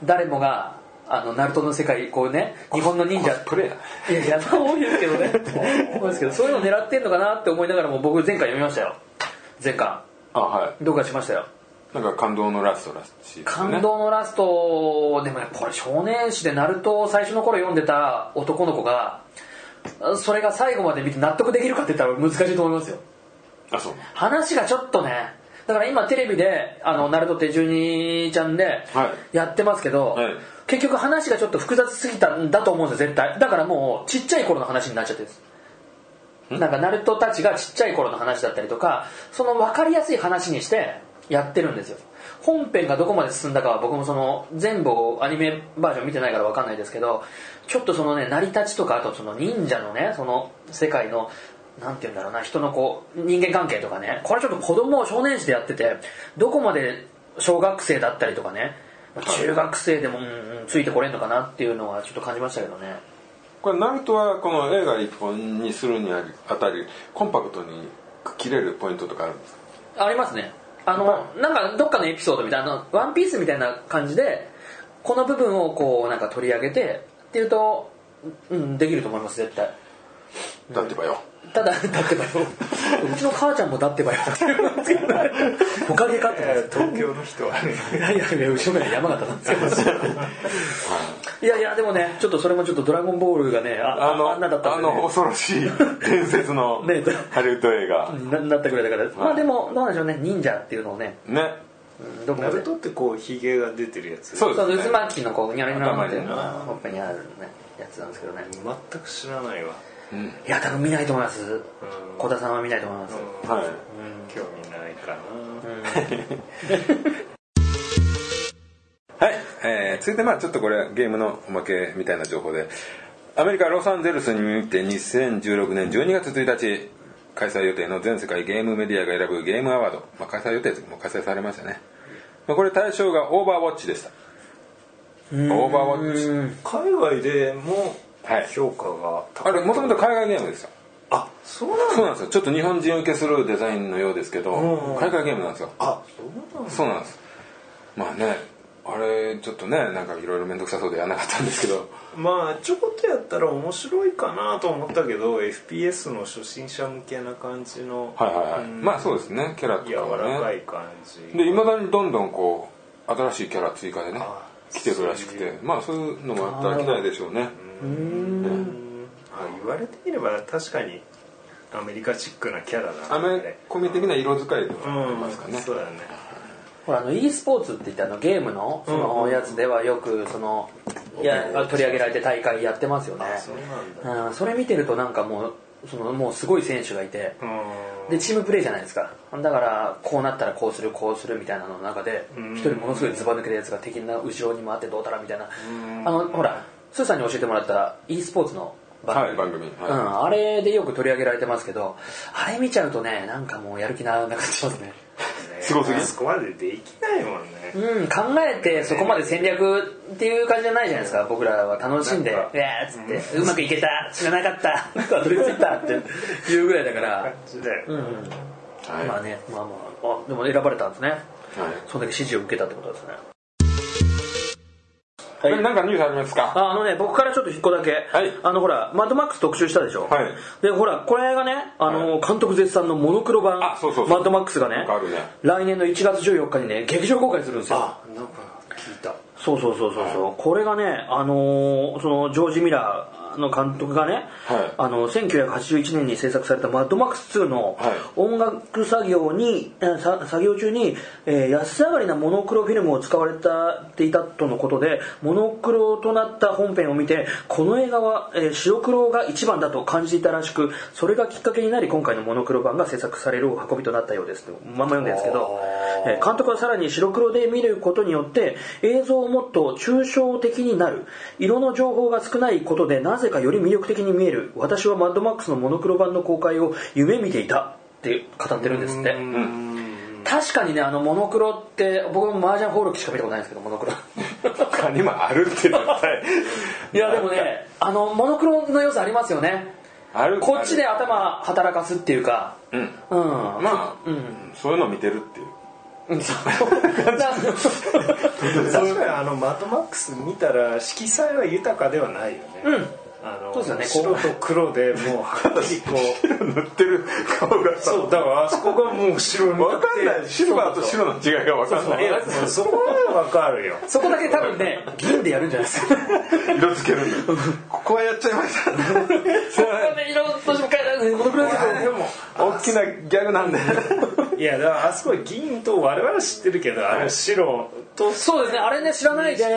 誰もがあのナルトの世界こうね日本の忍者プレイヤーいやいや多いですけどね多いですけどそういうの狙ってんのかなって思いながらも僕前回読みましたよ前回あはいどうかしましたよなんか感動のラストらしいですね感動のラストでもねこれ少年誌でナルトを最初の頃読んでた男の子がそれが最後まで見て納得できるかって言ったら難しいと思いますよあそう話がちょっとねだから今テレビで「あのナルトって12ちゃん」ではやってますけど、はい結局話がちょっと複雑すぎたんだと思うんですよ絶対だからもうちっちゃい頃の話になっちゃってるんですなんかナルトたちがちっちゃい頃の話だったりとかその分かりやすい話にしてやってるんですよ本編がどこまで進んだかは僕もその全部をアニメバージョン見てないから分かんないですけどちょっとそのね成り立ちとかあとその忍者のねその世界のなんて言うんだろうな人のこう人間関係とかねこれちょっと子供を少年誌でやっててどこまで小学生だったりとかね中学生でも、うんうんついてこれんのかなっていうのはちょっと感じましたけどねこれナルトはこの映画一本にするにあたりコンパクトに切れるポイントとかあるんですかありますねあのなんかどっかのエピソードみたいなあのワンピースみたいな感じでこの部分をこうなんか取り上げてっていうとうんできると思います絶対だってばよただだって ばようちの母ちゃんもだってばよって言うんですけどねおかげかってえー東京の人はねいやいやいや後ろから山形なんですけどいやいやでもねちょっとそれもちょっと「ドラゴンボール」がねあああのあんなだったあんで、のね、恐ろしい伝説 のねハリウッド映画ななったぐらいだからまあでもどうなんでしょうね忍者っていうのをねねうんどこ ナまでルトってこうヒゲが出てるやつそうそうですね渦巻きのこうニョロニョロって頭になほっぺにあるねやつなんですけどね全く知らないわいや多分見ないと思います小田さんは見ないと思いますうんはい興味ないかなはい、えー続いてまあちょっとこれゲームのおまけみたいな情報でアメリカロサンゼルスにおいて2016年12月1日開催予定の全世界ゲームメディアが選ぶゲームアワード、まあ、開催予定ですもう開催されましたね、まあ、これ対象がオーバーウォッチでしたオーバーウォッチ海外でもはい評価が高あいれもともと海外ゲームですよあそうなんそうなんですよちょっと日本人受けするデザインのようですけどうん海外ゲームなんですよあそうなんだそうなんですまあねあれちょっとねなんかいろいろ面倒くさそうでやらなかったんですけどまあちょこっとやったら面白いかなと思ったけど FPS の初心者向けな感じのはいはいはい、うんまあそうですねキャラと柔かもらかねい感じでいまだにどんどんこう新しいキャラ追加でねあ来てるらしくそういてまあそういうのもあったら来ないでしょうねあ言われてみれば確かにアメリカチックなキャラだなアあメれコミ的な色使いでうはありんますかね、そうだねほらあの e スポーツって言ってあのゲームのそのやつではよくそのいや取り上げられて大会やってますよねそうなんだうんそれ見てるとなんかもうそのもうすごい選手がいてうんでチームプレーじゃないですかだからこうなったらこうするこうするみたいなのの中でうん一人ものすごいずば抜けたやつが敵の後ろに回ってどうたらみたいなあのほらスーさんに教えてもらった e スポーツの番は組い番組、はいうん、あれでよく取り上げられてますけどあれ見ちゃうとねなんかもうやる気なくなっちゃいますねすごすぎあそこまでできないもんねうん考えてそこまで戦略っていう感じじゃないじゃないですか僕らは楽しんで「うなんわかー」っつって「うまくいけた知らなかった」とか取り付いたっていうぐらいだから感じだようん、はいまあねまあまああでも選ばれたんですねはいそんだけ支持を受けたってことですねこれなんかニュースありますかああのね僕からちょっと一個だけ、はいあのほら「マッドマックス」特集したでしょ、はいでほらこれがねあの、監督絶賛のモノクロ版あそうそうそうマッドマックス」がなねんかあるね来年の1月14日にね劇場公開するんですよあなんか聞いたそうそうそうそうそう、これがねあのーそのジョージ・ミラーの監督がね、はいあの1981年に制作された「マッドマックス2」のはい音楽作業に、えーさ作業中に、えー安上がりなモノクロフィルムを使われたっていたとのことでモノクロとなった本編を見てこの映画は、えー白黒が一番だと感じていたらしくそれがきっかけになり今回のモノクロ版が制作される運びとなったようですとまんま読んでるんですけど、えー監督はさらに白黒で見ることによって映像をもっと抽象的になる色の情報が少ないことでなぜかより魅力的に見える私はマッドマックスのモノクロ版の公開を夢見ていたって語ってるんですって確かにねあのモノクロって僕も麻雀放浪記しか見たことないんですけどモノクロ他にもあるってなさい いやでもねあのモノクロの良さありますよねあるこっちで頭働かすっていうかうんうんまあ、そういうのを見てるっていううんそう確かにあのマッドマックス見たら色彩は豊かではないよね、うんあのそうですよ白ねと黒でもうはっきりこう塗ってる顔がさそうだからあそこがもう白に分かんないシルバーと白の違いが分かんないえそこは分かるよそこだけ多分ね銀でやるんじゃないですか色付けるんだここはやっちゃいましたそこはね色々どうしても変えられないこのくらいですよ大きなギャグなんでいやだからあそこは銀と我々は知ってるけどあれ白とそうですねあれね知らないで意識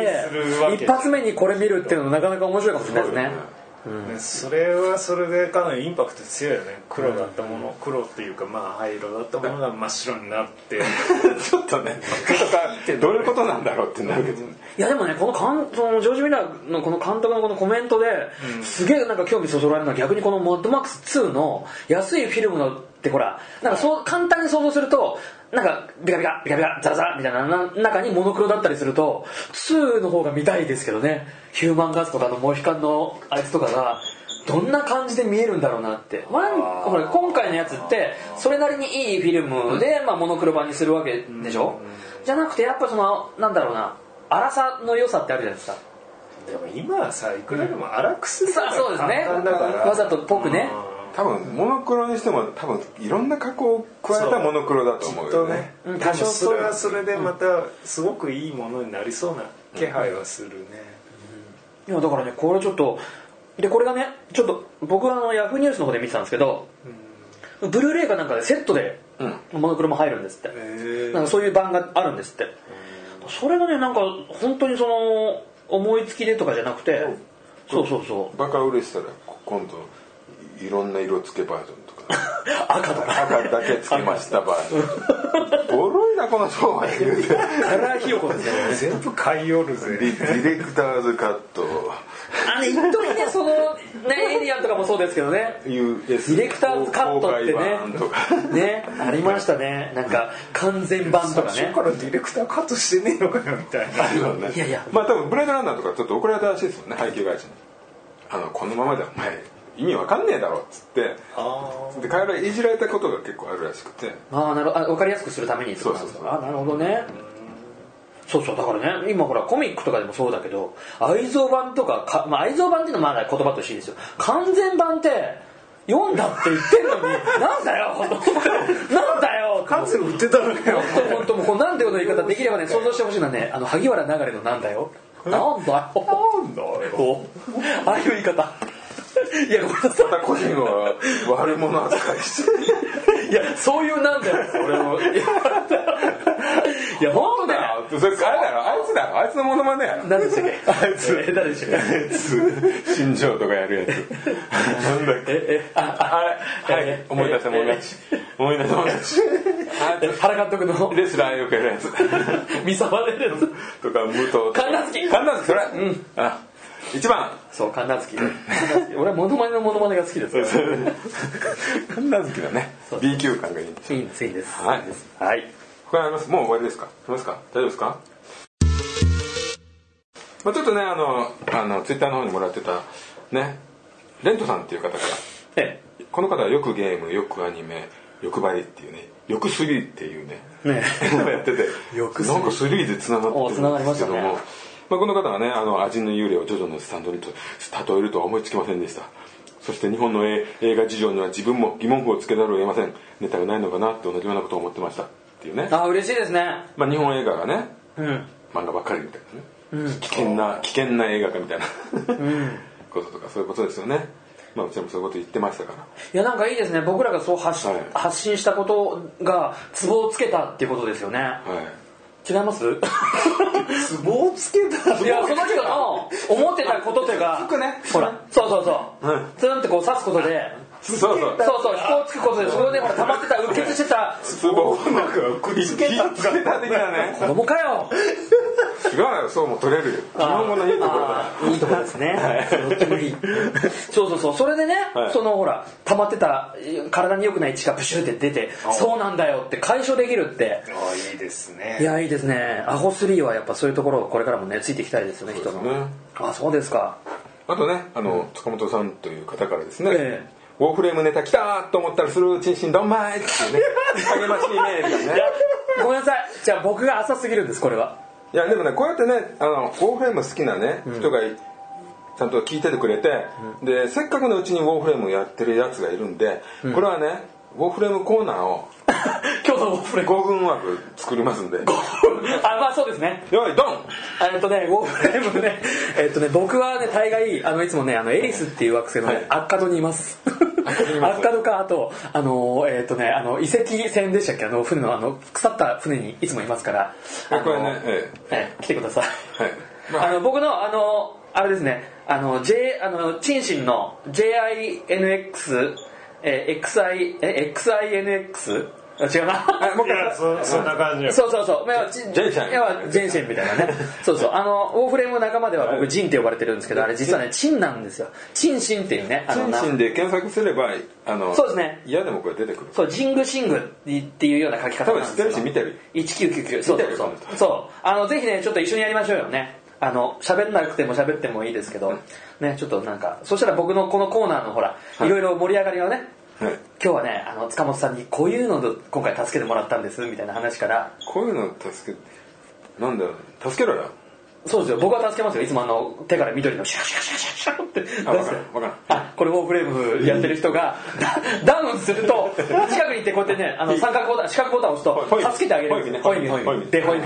するわけ一発目にこれ見るっていうのもなかなか面白いかもしれないですねねそれはそれでかなりインパクト強いよね黒だったもの黒っていうかまあ灰色だったものが真っ白になってちょっとねちょっとかどういうことなんだろうってなるけどねいやでもねこの監そのジョージ・ミラーのこの監督のこのコメントで、すげえなんか興味そそられるのは逆にこの「モッドマックス2」の安いフィルムのってほらなんかそう簡単に想像するとなんかビカビカビカビカザラザラみたいなな中にモノクロだったりすると2の方が見たいですけどねヒューマンガスとかのモヒカンのあいつとかが。どんな感じで見えるんだろうなってワンほら今回のやつってそれなりにいいフィルムで、まあ、モノクロ版にするわけでしょ、じゃなくてやっぱそのなんだろうな粗さの良さってあるじゃないですかでも今はさいくらでも荒くするさあそうですね簡単だからわざとっぽくね多分モノクロにしても多分いろんな加工を加えたモノクロだと思うよねうん多多少少そそれれははそれでまたすごくいいものになりそうな気配はするね、いやだからねこれちょっとでこれがねちょっと僕はあのヤフーニュースの方で見てたんですけどブルーレイかなんかでセットでモノクロも入るんですって、へえなんかそういう版があるんですって、それがねなんか本当にその思いつきでとかじゃなくて、そうそうそうバカ売れしたら今度いろんな色付けバージョンとか赤 とか赤だけ付けましたバージョンボロいなこの商売言 うてカラーひよこですね全部買い寄るぜディレクターズカットあの一時ねそのねエイリアンとかもそうですけどねいうデディレクターズカットってとかねねありましたねなんか完全版とか最初ねからディレクターカットしてねえのかよみたいな ねいやいやまあ多分ブレードランナーとかちょっと怒られたらしいですもんね配給会社にあのこのままではお前意味わかんねえだろっつってで彼らいじられたことが結構あるらしくてああなるほどあ分かりやすくするためにってことなんですそうそうかあなるほどねそうそうだからね今ほらコミックとかでもそうだけど愛蔵版とかか、まあ、愛蔵版っていうのはまだ言葉としていいですよ完全版って読んだって言ってんのに なんだよなんだよカツ売ってたのよ本当もうこうなんだよの言い方できればね想像してほしいのはねあの萩原流れのなんだよなんだよなんだよこうああいう言い方いやごめんなさまた個人を悪者扱いしていいやそういうなんだよ俺もいやいや本当ねそれあれだろあいつだろあいつのモノマネ やろ何でしたっけあいつ誰でしたっけ新庄とかやるやつなんだっけえああれはい思い出した思い出した思い出した思い出した あいえ原監督のつレスラーよくやるやつ三沢でるとか武藤とか神奈月神奈月それうんあ一番そう神奈月神奈月俺はモノマネのモノマネが好きですから神奈月だね B 級感がいいいいんですいいんですはいはい他ありますもう終わりですかしますか大丈夫ですかまあちょっとねあのあのツイッターの方にもらってたねレントさんっていう方からえこの方はよくゲームよくアニメよくばりっていうねよく3っていうねえ ね えやっててなんか3でつながってるんお繋がりでますしけたどねもま、あ、この方はねあの味の幽霊をジョジョのスタンドにと例えるとは思いつきませんでしたそして日本の映映画事情には自分も疑問符をつけざるを得ませんネタがないのかなって同じようなことを思ってましたっていうね、あ嬉しいですねまあ、日本映画がねうん漫画ばっかりみたいなね、危険な危険な映画化みたいな、こととかそういうことですよねまあうちらもそういうこと言ってましたからいやなんかいいですね僕らがそう発,、はい発信したことがツボをつけたっていうことですよね、はい違います ツボをつけたいやその人の思ってたことというかほらそうそうそう、ツンってこう刺すことでそうそうそうそう飛行つくことでそれでほら溜まってたうっ血してたツボをなんかくっつけたつけた的なね子供かよ違うよそうも取れるよ日本語のいいところだあーいいところですね、とってもいいそうそうそうそれでね、はいそのほら溜まってた体に良くない血がプシュって出てそうなんだよって解消できるってあいいですねいやいいですねアホ3はやっぱそういうところをこれからもねついていきたいですよね人すねのあそうですかあとねあの塚本さんという方からですね、ええウォーフレームネタ来たーと思ったらするチンシンドンマイって いうね励ましメールがねごめんなさいじゃあ僕が浅すぎるんですこれはいやでもねこうやってねあのウォーフレーム好きなね人がいちゃんと聞いててくれて、でせっかくのうちにウォーフレームやってるやつがいるんで、これはねウォーフレームコーナーを 今日のオフレコ5分枠作りますんであまあそうですねよいドンえっとね、ウォーフレームね、えっとね、僕はね、大概、あの、いつもね、あの、エリスっていう惑星のね、アッカドにいます。アッカドか、あと、あの、えっとね、あの、遺跡船でしたっけあの、船の、あの、腐った船にいつもいますから、あのこれねえはい来てください。はいあの、僕の、あの、あれですね、あの、J、あの、チンシンの JINX、えー XI、え、XINX? あ違うな。いやそそんな感じよそうそ うそう、まあ、ジジェンシェン要はジェンシェンみたいな ねそうそうあのウォーフレームの仲間では僕ジンって呼ばれてるんですけどあれ実はねチンなんですよチンシンっていうねあのな心身で検索すればあのそうですね嫌でもこれ出てくるそうジングシングっていうような書き方なんですけど多分知ってる1999そうそうそう見てるそうあのぜひねちょっと一緒にやりましょうよねあの喋んなくても喋ってもいいですけど、ねちょっとなんかそしたら僕のこのコーナーのほら、い、ろいろ盛り上がりをね、はい今日はねあの塚本さんにこういうのを今回助けてもらったんですみたいな話からこういうの助けなんだよ助けろよそうですよ僕は助けますよいつもあの手から緑のシャシャシャシャシャって出してあ分からん分からんあこれウォーフレームやってる人 がダダウンすると近くに行ってこうやってねあの三角ボタン四角ボタンをほい押すと助けてあげるんですよほホいイミねホイほいミでホイミ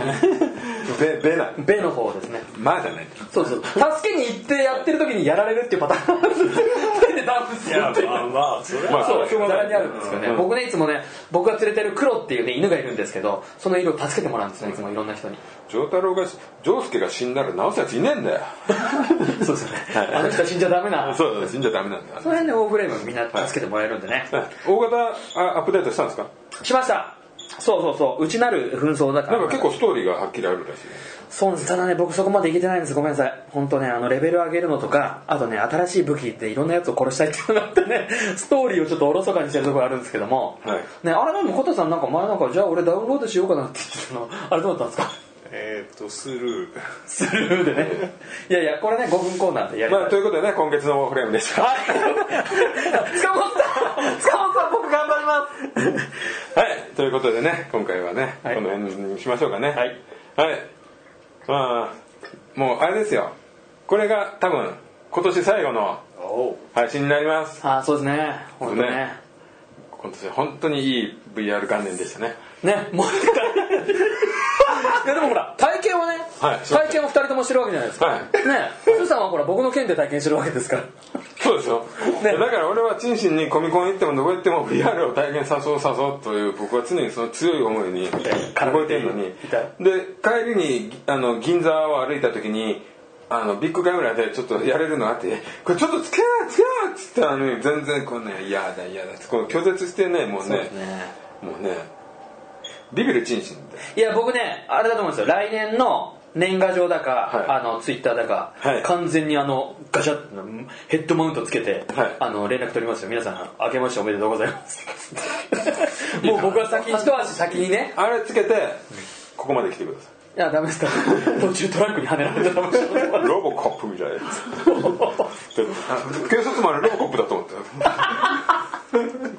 べべないベの方ですねまあじゃないそうそう助けに行ってやってる時にやられるっていうパターン それでダウンすいるやっていうまあまあそれまはあそう、しょうがざならいにあるんですよね。僕ね、いつもね、僕が連れてる黒っていうね、犬がいるんですけど、その犬を助けてもらうんですよ、いつもいろんな 人に。丈太郎が丈介が死んだら治すやついねえんだよそうですよね。あの人は死んじゃダメな。そうだ死んじゃダメなんだよその辺でオーフレームみんな助けてもらえるんでね。大型あアップデートしたんですかしましたそうそうそう、内なる紛争だかなら。んか結構ストーリーがはっきりあるらしいねそうなんです。ただね、僕そこまでいけてないんです。ごめんなさい。本当ね、あの、レベル上げるのとか、あとね、新しい武器っていろんなやつを殺したいっていうのがあってね、 ストーリーをちょっとおろそかにしてるところあるんですけども、はいね、あれでもコタさんなんか前なんか、じゃあ俺ダウンロードしようかなって言ってたの、 あれどうだったんですかえっとスルースルーでね。いやいや、これね、5分コーナーでやりたいまあということでね今月のフレームでしたはい。 塚本さん塚本さん僕頑張ります はい、ということでね、今回はね、はい。この辺にしましょうかね。はいはい。まあ、もうあれですよ。これが多分、今年最後のおう配信になります。あーそうですね。本当ねね。今年本当にいい VR 関連でしたね。ね、もう一回。 いやでもほら、体験はね、はい体験を二人ともしてるわけじゃないですか。はいね、ふうさんはほら、僕の件で体験してるわけですから。そうですよ。ねだから俺はチンシンにコミコン行ってもどこ行っても VR を体験さそうさそうという僕は常にその強い思いに動いてるのに痛いで帰りにあの銀座を歩いた時にあのビッグカメラでちょっとやれるのあって「これちょっとつけようつけよう」っつったのに全然こうね「嫌だ嫌だ」ってこう拒絶してねもうねもうねビビるチンシンっていや、僕ね、あれだと思うんですよ。来年の年賀状だか、はあの、ツイッターだか、はい完全にあの、ガシャッとヘッドマウントつけて、はいあの、連絡取りますよ。皆さん、明けましておめでとうござ います。もう僕は先、一足先にね、あれつけてここまで来てくださいや、ダメですか。途中トラックにはねられたらダメですよいロボコップみたいなやつであ警察もあれロボコップだと思って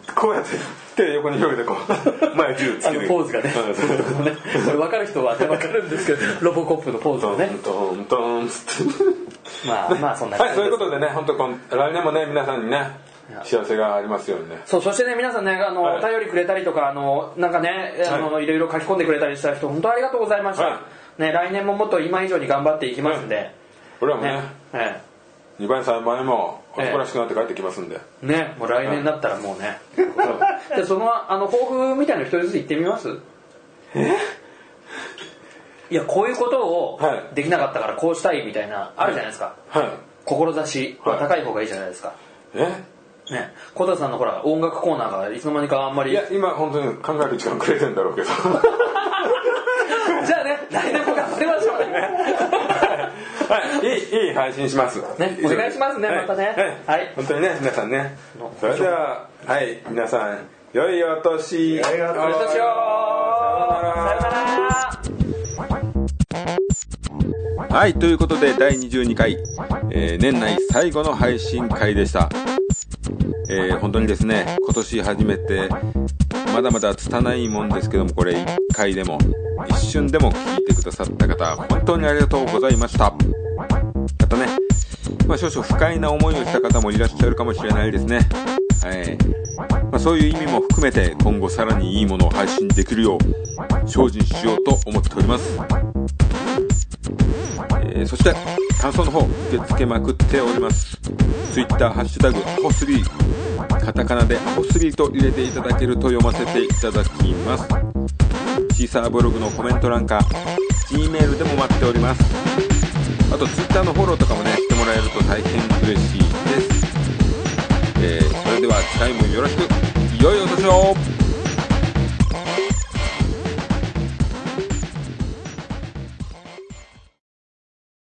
たこうやって手横に広げてこう前銃つあけのてポーズがね、うんこれ分かる人はね分かるんですけど、ロボコップのポーズをね、トントンつってまあまあそんなはいそ感じうでいうすこ。とでね本当こん来年もね皆さんにね幸せがありますようにねそう、そしてね、皆さんね、あの、はいお便りくれたりとか、あの、なんかね、あの、い、ろいろ書き込んでくれたりした人、本当ありがとうございました。はね、来年ももっと今以上に頑張っていきますんで、俺らもねね、え2倍3倍も男らしくなって帰ってきますんでえね、もう来年だったらもうね、で、その、あの、抱負みたいなの一人ずつ言ってみますいや、こういうことをはいできなかったからこうしたいみたいな、あるじゃないですか。はい志は高い方がいいじゃないですか。えね、小田さんのほら音楽コーナーがいつの間にかあんまりいや今本当に考える時間くれてんだろうけどは じゃあね来年も頑張りましょういねいいいい配信しますねお願いしますねはまたねははいい本当にね皆さんねそれでははい皆さん良いお年良いおどうし年ようさよなさらよならはい、ということで第22回、えー年内最後の配信会でした。えー本当にですね、今年初めて、まだまだ拙いもんですけども、これ1回でも、一瞬でも聞いてくださった方、本当にありがとうございました。またね、まあ、少々不快な思いをした方もいらっしゃるかもしれないですねはい、まあ、そういう意味も含めて今後さらにいいものを配信できるよう精進しようと思っておりますえーそして感想の方受け付けまくっております Twitter ハッシュタグアホ3カタカナでアホ3と入れていただけると読ませていただきますシーサーブログのコメント欄か G メールでも待っておりますあと Twitter のフォローとかもねしてもらえると大変嬉しいです、えーそれでは次回もよろしく